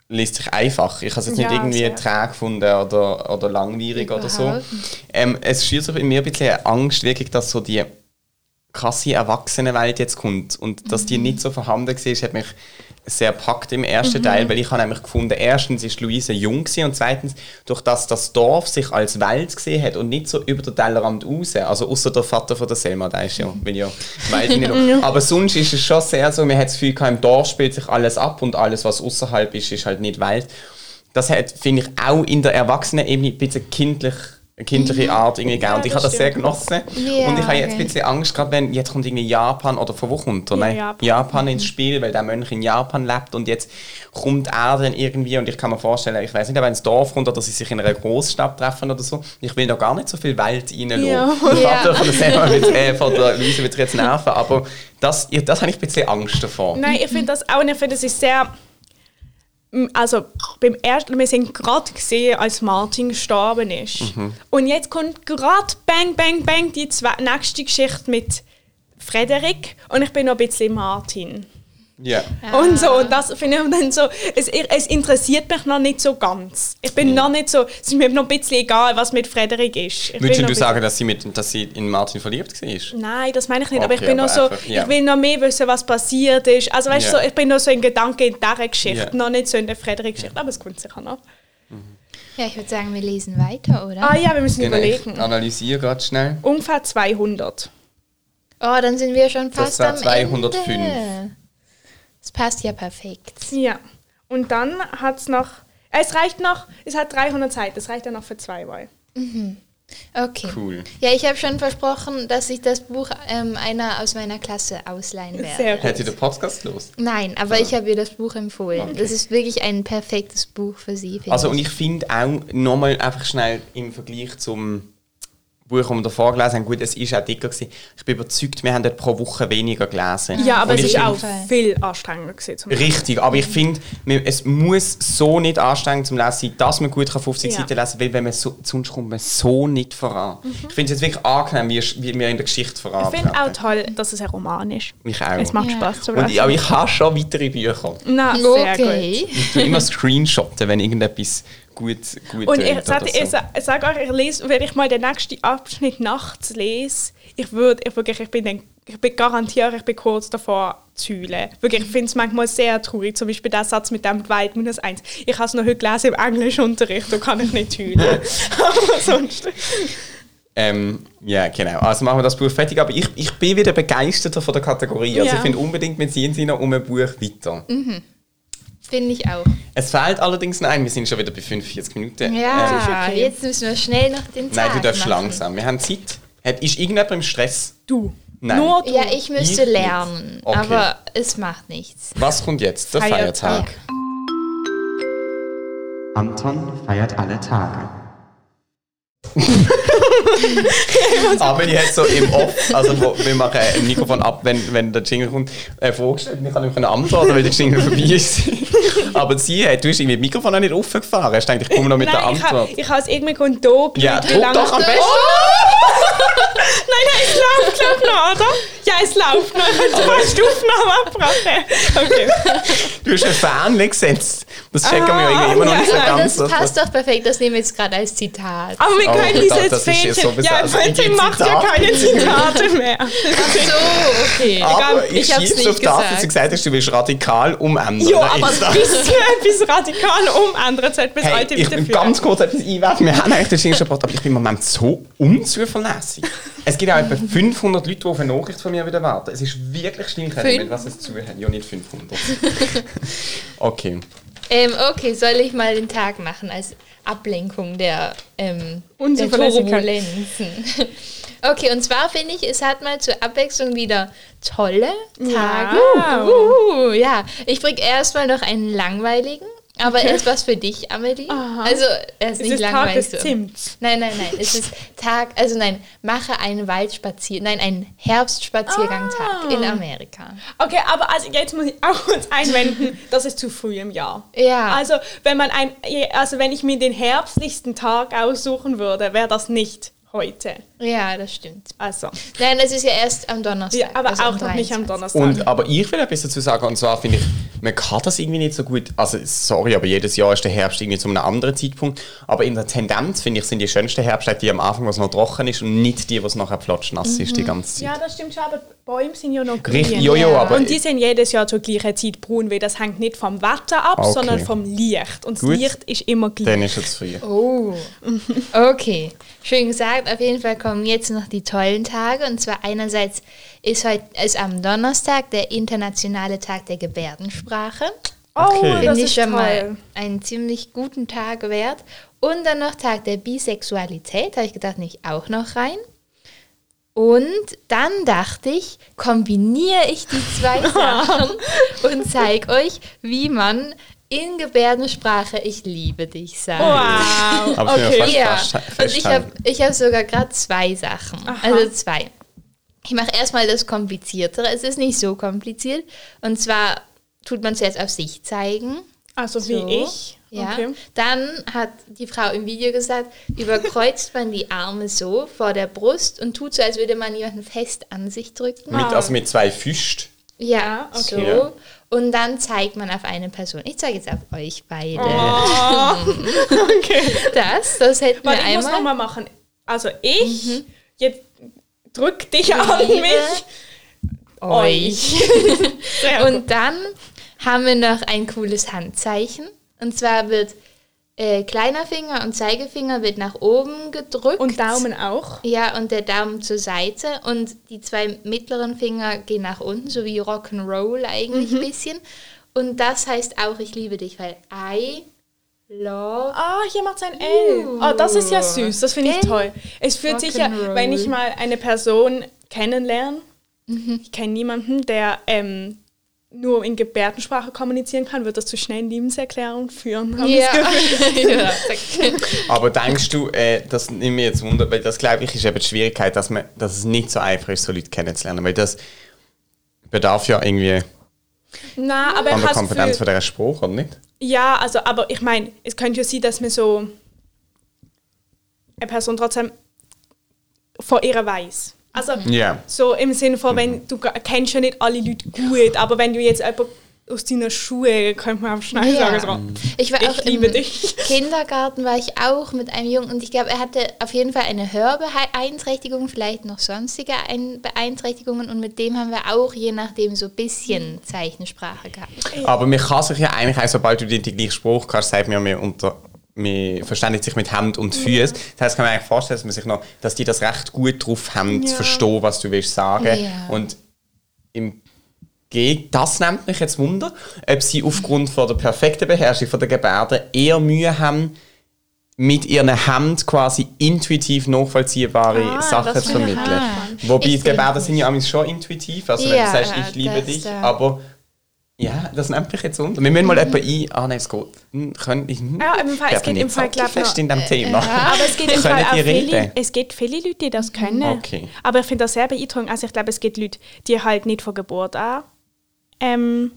S3: liest sich einfach. Ich habe es jetzt nicht
S1: Ja,
S3: irgendwie
S1: sehr.
S3: träge gefunden oder, oder langwierig oder so.
S2: Überhaupt
S3: Ähm, es schürt sich in mir ein bisschen Angst, wirklich, dass so die krasse Erwachsenenwelt jetzt kommt und dass die nicht so vorhanden war, hat mich sehr packt im ersten Teil, weil ich habe nämlich gefunden, erstens ist Luise jung gewesen und zweitens, durch das das Dorf sich als Welt gesehen hat und nicht so über den Tellerrand raus, also außer der Vater von der Selma, der ist ja, will ja Welt hinein. Aber sonst ist es schon sehr so, man hat das Gefühl, gehabt, im Dorf spielt sich alles ab und alles, was außerhalb ist, ist halt nicht Welt. Das hat, finde ich, auch in der Erwachsenenebene ein bisschen kindlich, kindliche Art irgendwie gegeben. und ich
S1: das
S3: habe das sehr
S1: stimmt.
S3: genossen.
S2: Ja,
S3: und ich habe jetzt
S2: okay.
S3: ein bisschen Angst, gerade wenn jetzt kommt irgendwie Japan oder von wo kommt er?
S1: Ja,
S3: Nein,
S1: Japan. Mhm.
S3: Japan. ins Spiel, weil der Mönch in Japan lebt und jetzt kommt er dann irgendwie und ich kann mir vorstellen, ich weiß nicht, ob er ins Dorf kommt oder sie sich in einer Großstadt treffen oder so. Ich will noch gar nicht so viel Welt reinlassen.
S1: Ja.
S3: Der
S2: Ja.
S3: Vater von der Selma wird, äh, von der Luise wird jetzt nerven, aber das, ja, das habe ich ein bisschen Angst davor.
S1: Nein, ich finde das auch und ich finde, das ist sehr. m, Also beim ersten, wir sind gerade gesehen, als Martin gestorben ist.
S3: Mhm.
S1: Und jetzt kommt gerade bang, bang, bang die zwe- nächste Geschichte mit Frederik und ich bin noch ein bisschen Martin.
S3: Ja.
S1: Und so, und das finde ich dann so, es, es interessiert mich noch nicht so ganz. Ich
S3: Mhm.
S1: bin noch nicht so, es ist mir noch ein bisschen egal, was mit Frederik ist. Ich bin
S3: Würdest
S1: noch
S3: du
S1: ein
S3: sagen, dass sie, mit, dass sie in Martin verliebt war?
S1: Nein, das meine ich nicht, aber ich
S3: Okay,
S1: bin noch
S3: aber
S1: so,
S3: einfach, ja.
S1: ich will noch mehr wissen, was passiert ist. Also weißt du,
S3: Ja.
S1: so, ich bin noch so in Gedanken in dieser Geschichte,
S3: Ja.
S1: noch nicht so in der Frederik-Geschichte, aber es kommt sicher noch.
S2: Ja, ich würde sagen, wir lesen weiter, oder?
S1: Ah ja, wir müssen
S3: Genau, Ich
S1: überlegen.
S3: analysiere gerade schnell.
S1: Ungefähr 200.
S2: Oh, dann sind wir schon
S3: Das
S2: fast
S3: war
S2: am
S3: 205.
S2: Ende. Das passt ja perfekt.
S1: Ja. Und dann hat es noch, äh, es reicht noch, es hat 300 Seiten, es reicht ja noch für zwei Mal.
S2: Okay.
S3: Cool.
S2: Ja, ich habe schon versprochen, dass ich das Buch ähm, einer aus meiner Klasse ausleihen werde.
S1: Sehr
S3: Hat sie
S1: gut.
S3: den Podcast los?
S2: Nein, aber ich habe ihr das Buch empfohlen.
S3: Okay.
S2: Das ist wirklich ein perfektes Buch für sie. finde
S3: Also und ich finde auch nochmal einfach schnell im Vergleich zum Buch, das wir davor gelesen haben, gut, es ist auch dicker gewesen. Ich bin überzeugt, wir haben dort pro Woche weniger gelesen.
S1: Ja, aber
S3: Und
S1: es ist
S3: ich find-
S1: auch
S2: Fall.
S1: viel anstrengender gewesen. Zum
S3: Richtig, aber ich finde, mir- es muss so nicht anstrengend zum Lesen sein, dass man gut kann 50
S1: Ja. Mhm.
S3: Seiten lesen kann, weil wenn man so, sonst kommt man so nicht voran. Ich finde es jetzt wirklich angenehm, wie, es- wie wir in der Geschichte
S1: ich
S3: voran.
S1: finde auch toll, dass es ein Roman ist.
S3: Mich auch.
S1: Es macht
S2: Ja.
S1: Spaß zu
S3: und ich,
S1: lesen.
S3: aber ich habe schon weitere Bücher.
S1: Na, Ah, sehr gut.
S2: okay.
S3: Ich tue immer Screenshotten, wenn irgendetwas gut, gut
S1: Und
S3: tönt
S1: ich,
S3: oder
S1: sag,
S3: so.
S1: ich, sa- ich sag euch, ich lese, wenn ich mal den nächsten Abschnitt nachts lese, ich würde ich wirklich, ich bin dann ich bin garantiere, ich bin kurz davor zu heulen. Wirklich, ich finde es manchmal sehr traurig. Zum Beispiel der Satz mit dem Weit minus eins. Ich habe es noch heute gelesen im Englischunterricht, da kann ich nicht heulen. Aber sonst.
S3: Ähm, ja, genau. Also machen wir das Buch fertig. Aber ich, ich bin wieder begeisterter von der Kategorie. Also
S1: Ja. Mhm.
S3: ich finde unbedingt, wir ziehen sie noch um ein Buch weiter.
S2: Finde ich auch.
S3: Es fehlt allerdings, nein, wir sind schon wieder bei 45 Minuten. Ähm,
S2: Ja,
S1: okay.
S2: jetzt müssen wir schnell noch den
S3: nein,
S2: Tag
S3: du darfst
S2: machen.
S3: langsam. Wir haben Zeit. Hat, ist irgendjemand im Stress?
S1: Du.
S3: Nein.
S1: Nur Oh, du.
S2: Ja, ich müsste
S3: Ich nicht.
S2: lernen,
S3: Okay.
S2: aber es macht nichts.
S3: Was kommt jetzt? Der
S1: Feiertag.
S3: Feiertag.
S5: Anton feiert alle Tage.
S3: Aber ich hätte so im Off, also wo, wir machen äh, ein Mikrofon ab, wenn, wenn der Jingle kommt, äh, vorgestellt, ich kann nicht mehr antworten, weil der Jingle vorbei ist. Aber sie, hat, du hast irgendwie das Mikrofon auch nicht aufgefahren. Hast gedacht, ich komme noch mit der
S1: Nein, ich ha-
S3: Antwort.
S1: ich habe es irgendwie Grund da
S3: ja,
S1: geblieben, wie
S3: doch,
S1: lange-
S3: doch, am besten.
S1: Nein, nein, es läuft, glaub noch, oder? Ja, es läuft noch. Du kannst die Aufnahme abbrechen. Okay.
S3: Du hast einen Fan gesetzt. Das checken wir
S1: Ah,
S3: ja irgendwie immer noch nicht so
S1: ja,
S3: ganz.
S2: Das passt doch perfekt, das nehmen wir jetzt gerade als Zitat.
S1: Aber wir
S3: Oh,
S1: können
S3: das-
S1: diese jetzt
S3: das ist jetzt so
S1: finden. Ja,
S3: bizarr. Also,
S1: Fenty
S3: die
S1: macht ja
S3: Zitate.
S1: keine Zitate mehr.
S2: Ach so, okay.
S3: aber ich,
S2: ich hab's
S3: schieb's
S2: nicht
S3: auf das, dass du
S2: gesagt.
S3: gesagt hast, du willst radikal umändern.
S1: Ja,
S3: Nein,
S1: aber
S3: ich-
S1: ein bisschen etwas radikal um, umändern sollte man das
S3: Hey,
S1: alte
S3: ich
S1: wieder
S3: will
S1: führen.
S3: ganz kurz etwas einwerfen. Wir haben eigentlich den Jingle schon gebracht, aber ich bin im Moment so unzuverlässig. Es gibt auch etwa 500 Leute, die auf eine Nachricht von mir wieder warten. Es ist wirklich schlimm, ich weiß nicht, was es zu hat. Ja, nicht 500. okay.
S2: Ähm, okay, soll ich mal den Tag machen als Ablenkung der, ähm, der
S1: Unzuverlässigkeit.
S2: Turbulenzen? Okay, und zwar finde ich, es hat mal zur Abwechslung wieder tolle Tage.
S1: Wow.
S2: Uh, ja, ich bringe erstmal noch einen langweiligen, aber er ist was für dich, Amelie. Also, er ist
S1: Es
S2: nicht
S1: ist Tag
S2: langweilig.
S1: des
S2: für-
S1: Zimts.
S2: Nein, nein, nein. Es ist Tag, also nein, mache einen Waldspaziergang, nein, einen Herbstspaziergang-Tag in
S1: Ah.
S2: Amerika.
S1: Okay, aber also jetzt muss ich auch kurz einwenden, das ist zu früh im Jahr.
S2: Ja.
S1: Also wenn man ein, also wenn ich mir den herbstlichsten Tag aussuchen würde, wäre das nicht heute.
S2: Ja, das stimmt.
S1: Also,
S2: Nein, es ist ja erst am Donnerstag.
S1: ja, aber
S2: also
S1: auch noch nicht am
S2: 23..
S1: Donnerstag.
S3: Und, aber ich will etwas dazu sagen, und zwar finde ich, man kann das irgendwie nicht so gut, also sorry, aber jedes Jahr ist der Herbst irgendwie zu einem anderen Zeitpunkt, aber in der Tendenz, finde ich, sind die schönsten Herbsttage die am Anfang, was noch trocken ist und nicht die, was nachher platschnass ist
S2: Mhm.
S3: die ganze Zeit.
S1: ja, das stimmt schon, aber die Bäume sind ja noch grün.
S3: Richtig, ja, ja,
S2: Ja.
S3: aber...
S1: Und die sind jedes Jahr zur gleichen Zeit braun, weil das hängt nicht vom Wetter ab,
S3: Ah, Okay.
S1: sondern vom Licht. Und
S3: Gut.
S1: das Licht ist immer gleich.
S3: dann ist es früh.
S2: Oh, okay. Schön gesagt. Auf jeden Fall kommen jetzt noch die tollen Tage. Und zwar einerseits ist heute ist am Donnerstag der internationale Tag der Gebärdensprache.
S1: Oh,
S3: Okay.
S1: das
S2: Finde ich
S1: ist
S2: schon
S1: toll.
S2: mal einen ziemlich guten Tag wert. Und dann noch Tag der Bisexualität. Habe ich gedacht, nicht auch noch rein. Und dann dachte ich, kombiniere ich die zwei Sachen und zeige euch, wie man in Gebärdensprache Ich liebe dich sagt.
S1: Wow.
S3: Aber ich bin
S1: okay.
S3: fast-
S2: Ja,
S3: festhalten.
S2: und ich habe ich hab sogar gerade zwei Sachen. Also zwei. Ich mache erstmal das Kompliziertere. Es ist nicht so kompliziert. Und zwar tut man zuerst auf sich zeigen.
S1: Also
S2: So.
S1: wie ich.
S2: Ja.
S1: Okay.
S2: Dann hat die Frau im Video gesagt, überkreuzt man die Arme so vor der Brust und tut so, als würde man jemanden fest an sich drücken.
S3: Mit, also mit zwei Füßen.
S2: Ja,
S1: Ah, okay.
S2: so. Und dann zeigt man auf eine Person. Ich zeige jetzt auf euch beide.
S1: Oh. Okay.
S2: Das, das hätten wir
S1: Warte, ich muss
S2: einmal. Mhm.
S1: nochmal machen. Also ich, jetzt drück dich an
S2: Liebe
S1: mich.
S2: euch.
S1: Sehr gut.
S2: Und dann haben wir noch ein cooles Handzeichen. Und zwar wird äh, kleiner Finger und Zeigefinger wird nach oben gedrückt.
S1: Und Daumen auch.
S2: Ja, und der Daumen zur Seite und die zwei mittleren Finger gehen nach unten, so wie Rock'n'Roll
S1: Mhm.
S2: eigentlich ein bisschen. Und das heißt auch, ich liebe dich, weil I love.
S1: Ah, hier macht sein L. Oh, das ist ja süß. Das finde ich
S2: Gell?
S1: toll. Es fühlt sich ja,
S2: Rock'n'Roll.
S1: wenn ich mal eine Person kennenlerne, ich kenne niemanden, der ähm, nur in Gebärdensprache kommunizieren kann, wird das zu schnellen Liebeserklärungen führen. habe ich das Gefühl.
S2: ja.
S3: Aber denkst du, äh, das nimmt mir jetzt Wunder, weil das glaube ich ist eben die Schwierigkeit, dass, man, dass es nicht so einfach ist, so Leute kennenzulernen, weil das bedarf ja irgendwie
S1: Nein, aber ich
S3: an der
S1: habe das
S3: Kompetenz
S1: Gefühl,
S3: von dieser Spruch, oder nicht?
S1: Ja, also, aber ich meine, es könnte ja sein, dass man so eine Person trotzdem von ihr weiß. Also,
S3: Ja. Mhm.
S1: so im Sinne von, wenn du ga- kennst ja nicht alle Leute gut, aber wenn du jetzt jemanden aus deiner Schuhe könnte man abschneiden.
S2: Ja.
S1: sagen. So.
S2: Ich war
S1: Ich
S2: auch
S1: liebe
S2: im
S1: dich.
S2: Kindergarten war ich auch mit einem Jungen und ich glaube, er hatte auf jeden Fall eine Hörbeeinträchtigung, vielleicht noch sonstige Ein Beeinträchtigungen und mit dem haben wir auch je nachdem so ein bisschen Zeichensprache gehabt.
S3: Aber man kann sich ja eigentlich auch, sobald du den gleichen Spruch kannst, sagt man ja, man, unter, man verständigt sich mit Hand und Füßen. Das heißt, kann man eigentlich vorstellen, dass, man sich noch, dass die das recht gut drauf haben, zu
S1: Ja.
S3: verstehen, was du willst sagen.
S2: Ja.
S3: Und im Geg- das nimmt mich jetzt Wunder, ob sie aufgrund von der perfekten Beherrschung von der Gebärden eher Mühe haben, mit ihren Händen quasi intuitiv nachvollziehbare
S1: Ah,
S3: Sachen
S1: das
S3: zu
S1: finde ich
S3: vermitteln.
S2: auch.
S3: Wobei
S2: Ich
S3: die Gebärden
S2: finde-
S3: sind ja manchmal schon intuitiv, also wenn
S2: Ja,
S3: du sagst, ich liebe
S2: das
S3: dich,
S2: da-
S3: aber ja, das nimmt mich jetzt unter. Wir müssen mal jemanden ein. Ah nein, es geht. Hm, Könnte ich. Hm,
S1: Ja, im Fall, es
S3: darf
S1: geht
S3: nicht
S1: im Fall,
S3: so
S1: glaub, noch-
S3: fest
S1: Äh,
S3: in dem Thema.
S1: Aber es geht im
S3: Können
S1: Fall auch
S3: die
S1: viele,
S3: reden?
S1: es geht viele Leute, die das können.
S3: Okay.
S1: Aber ich finde das sehr beeindruckend. Also ich glaube, es gibt Leute, die halt nicht von Geburt an ähm,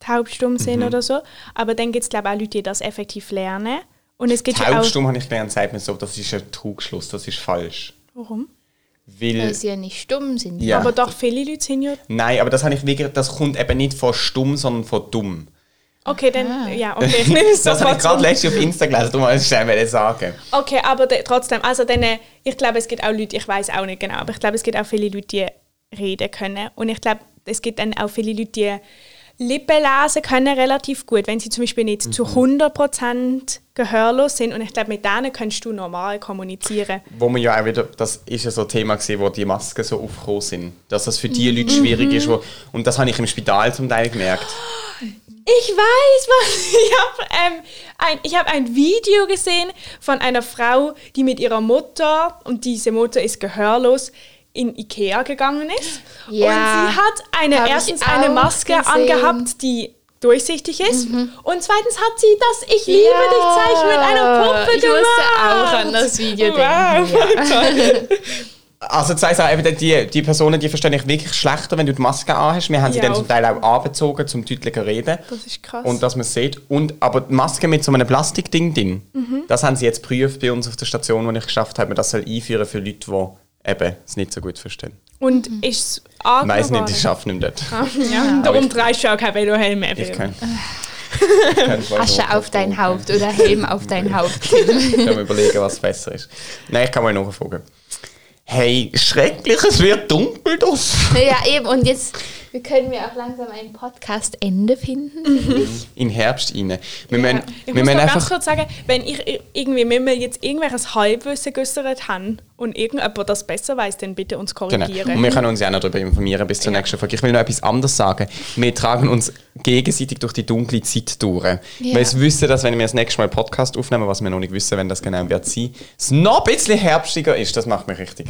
S1: taubstumm sind
S3: Mhm.
S1: oder so. Aber dann gibt es, glaube ich, auch Leute, die das effektiv lernen. Und es gibt ja auch...
S3: Taubstumm habe ich gelernt, sagt mir so, das ist ein Trugschluss, das ist falsch.
S1: Warum?
S3: Weil,
S2: Weil sie ja nicht stumm sind.
S3: ja.
S1: Aber doch, viele Leute sind ja...
S3: nein, aber das, habe ich wirklich, das kommt eben nicht von stumm, sondern von dumm.
S1: Okay, dann... Ja, okay. Ich nehme es
S3: Das habe ich
S1: sofort
S3: gerade
S1: zurück.
S3: letztens auf Insta gelesen, du musst es schnell sagen.
S1: Okay, aber de, trotzdem, also dann, äh, ich glaube, es gibt auch Leute, ich weiß auch nicht genau, aber ich glaube, es gibt auch viele Leute, die reden können. Und ich glaube, es gibt dann auch viele Leute, die Lippen lesen können relativ gut, wenn sie zum Beispiel nicht zu 100% gehörlos sind. Und ich glaube, mit denen kannst du normal kommunizieren.
S3: wo man ja auch wieder, das ist ja so ein Thema gewesen, wo die Masken so aufgekommen sind, dass das für die Leute schwierig
S1: Mhm.
S3: ist, wo, und das habe ich im Spital zum Teil gemerkt.
S1: Ich weiß was. Ich habe ähm, ein, ich hab ein Video gesehen von einer Frau, die mit ihrer Mutter, und diese Mutter ist gehörlos, in Ikea gegangen ist.
S2: Ja,
S1: und sie hat eine,
S2: hab ich
S1: erstens
S2: auch
S1: eine Maske
S2: gesehen. Mhm.
S1: angehabt, die durchsichtig ist. Und zweitens hat sie das Ich liebe
S2: Ja,
S1: dich Zeichen mit einer Puppe
S2: Ich musste
S1: gemacht.
S2: auch an das Video denken.
S1: wow, toll.
S3: Also zwei Sachen, eben die, die Personen, die verstehen ich wirklich schlechter, wenn du die Maske anhast. Wir haben sie
S1: Ja,
S3: dann zum
S1: auf-
S3: Teil auch angezogen, zum deutlicher reden.
S1: Das ist krass.
S3: Und dass man es sieht. Und, aber die Maske mit so einem Plastikding drin,
S1: Mhm.
S3: das haben sie jetzt geprüft bei uns auf der Station, wo ich geschafft habe, das soll einführen für Leute, die eben es nicht so gut verstehen.
S1: Und ist
S3: Ich weiss nicht, ich schaffe nicht mehr dort.
S1: Ah, ja. Darum dreist du auch kein Velohelm mehr.
S3: Ich
S1: Phil.
S3: kann. ich kann voll
S2: Asche auf dein Haupt oder Helm auf dein Haupt.
S3: Ich kann mir überlegen, was besser ist. Nein, ich kann mal nachfragen. Hey, schrecklich, es wird dunkel draussen.
S2: ja, eben. Und jetzt wir können wir auch langsam ein Podcast-Ende finden.
S3: In den Herbst rein. Wir müssen,
S1: Ich muss
S3: wir
S1: noch
S3: müssen
S1: ganz
S3: einfach...
S1: kurz sagen, wenn ich i- irgendwie, wenn wir jetzt irgendwelches Halbwissen geäußert haben und irgendjemand das besser weiß, dann bitte uns
S3: Genau.
S1: korrigieren.
S3: Und wir können uns ja auch noch darüber informieren bis zur nächsten Folge. Ich will noch etwas anderes sagen. Wir tragen uns gegenseitig durch die dunkle Zeit durch.
S2: Ja.
S3: Weil wir wissen, dass wenn wir das nächste Mal einen Podcast aufnehmen, was wir noch nicht wissen, wenn das genau wird sein, es noch ein bisschen herbstiger ist. Das macht mich richtig.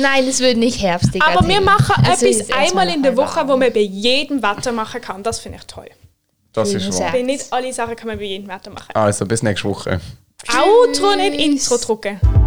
S2: Nein, es wird nicht herbstig.
S1: Aber wir machen etwas einmal in der Woche, wo
S2: Also wir
S1: man bei jedem Wetter machen kann. Das finde ich toll.
S3: Das
S2: Schöne
S3: ist wahr.
S2: Sache.
S1: Weil nicht alle Sachen kann man bei jedem Wetter machen.
S3: Also, bis nächste Woche.
S1: Outro nicht Intro drucken.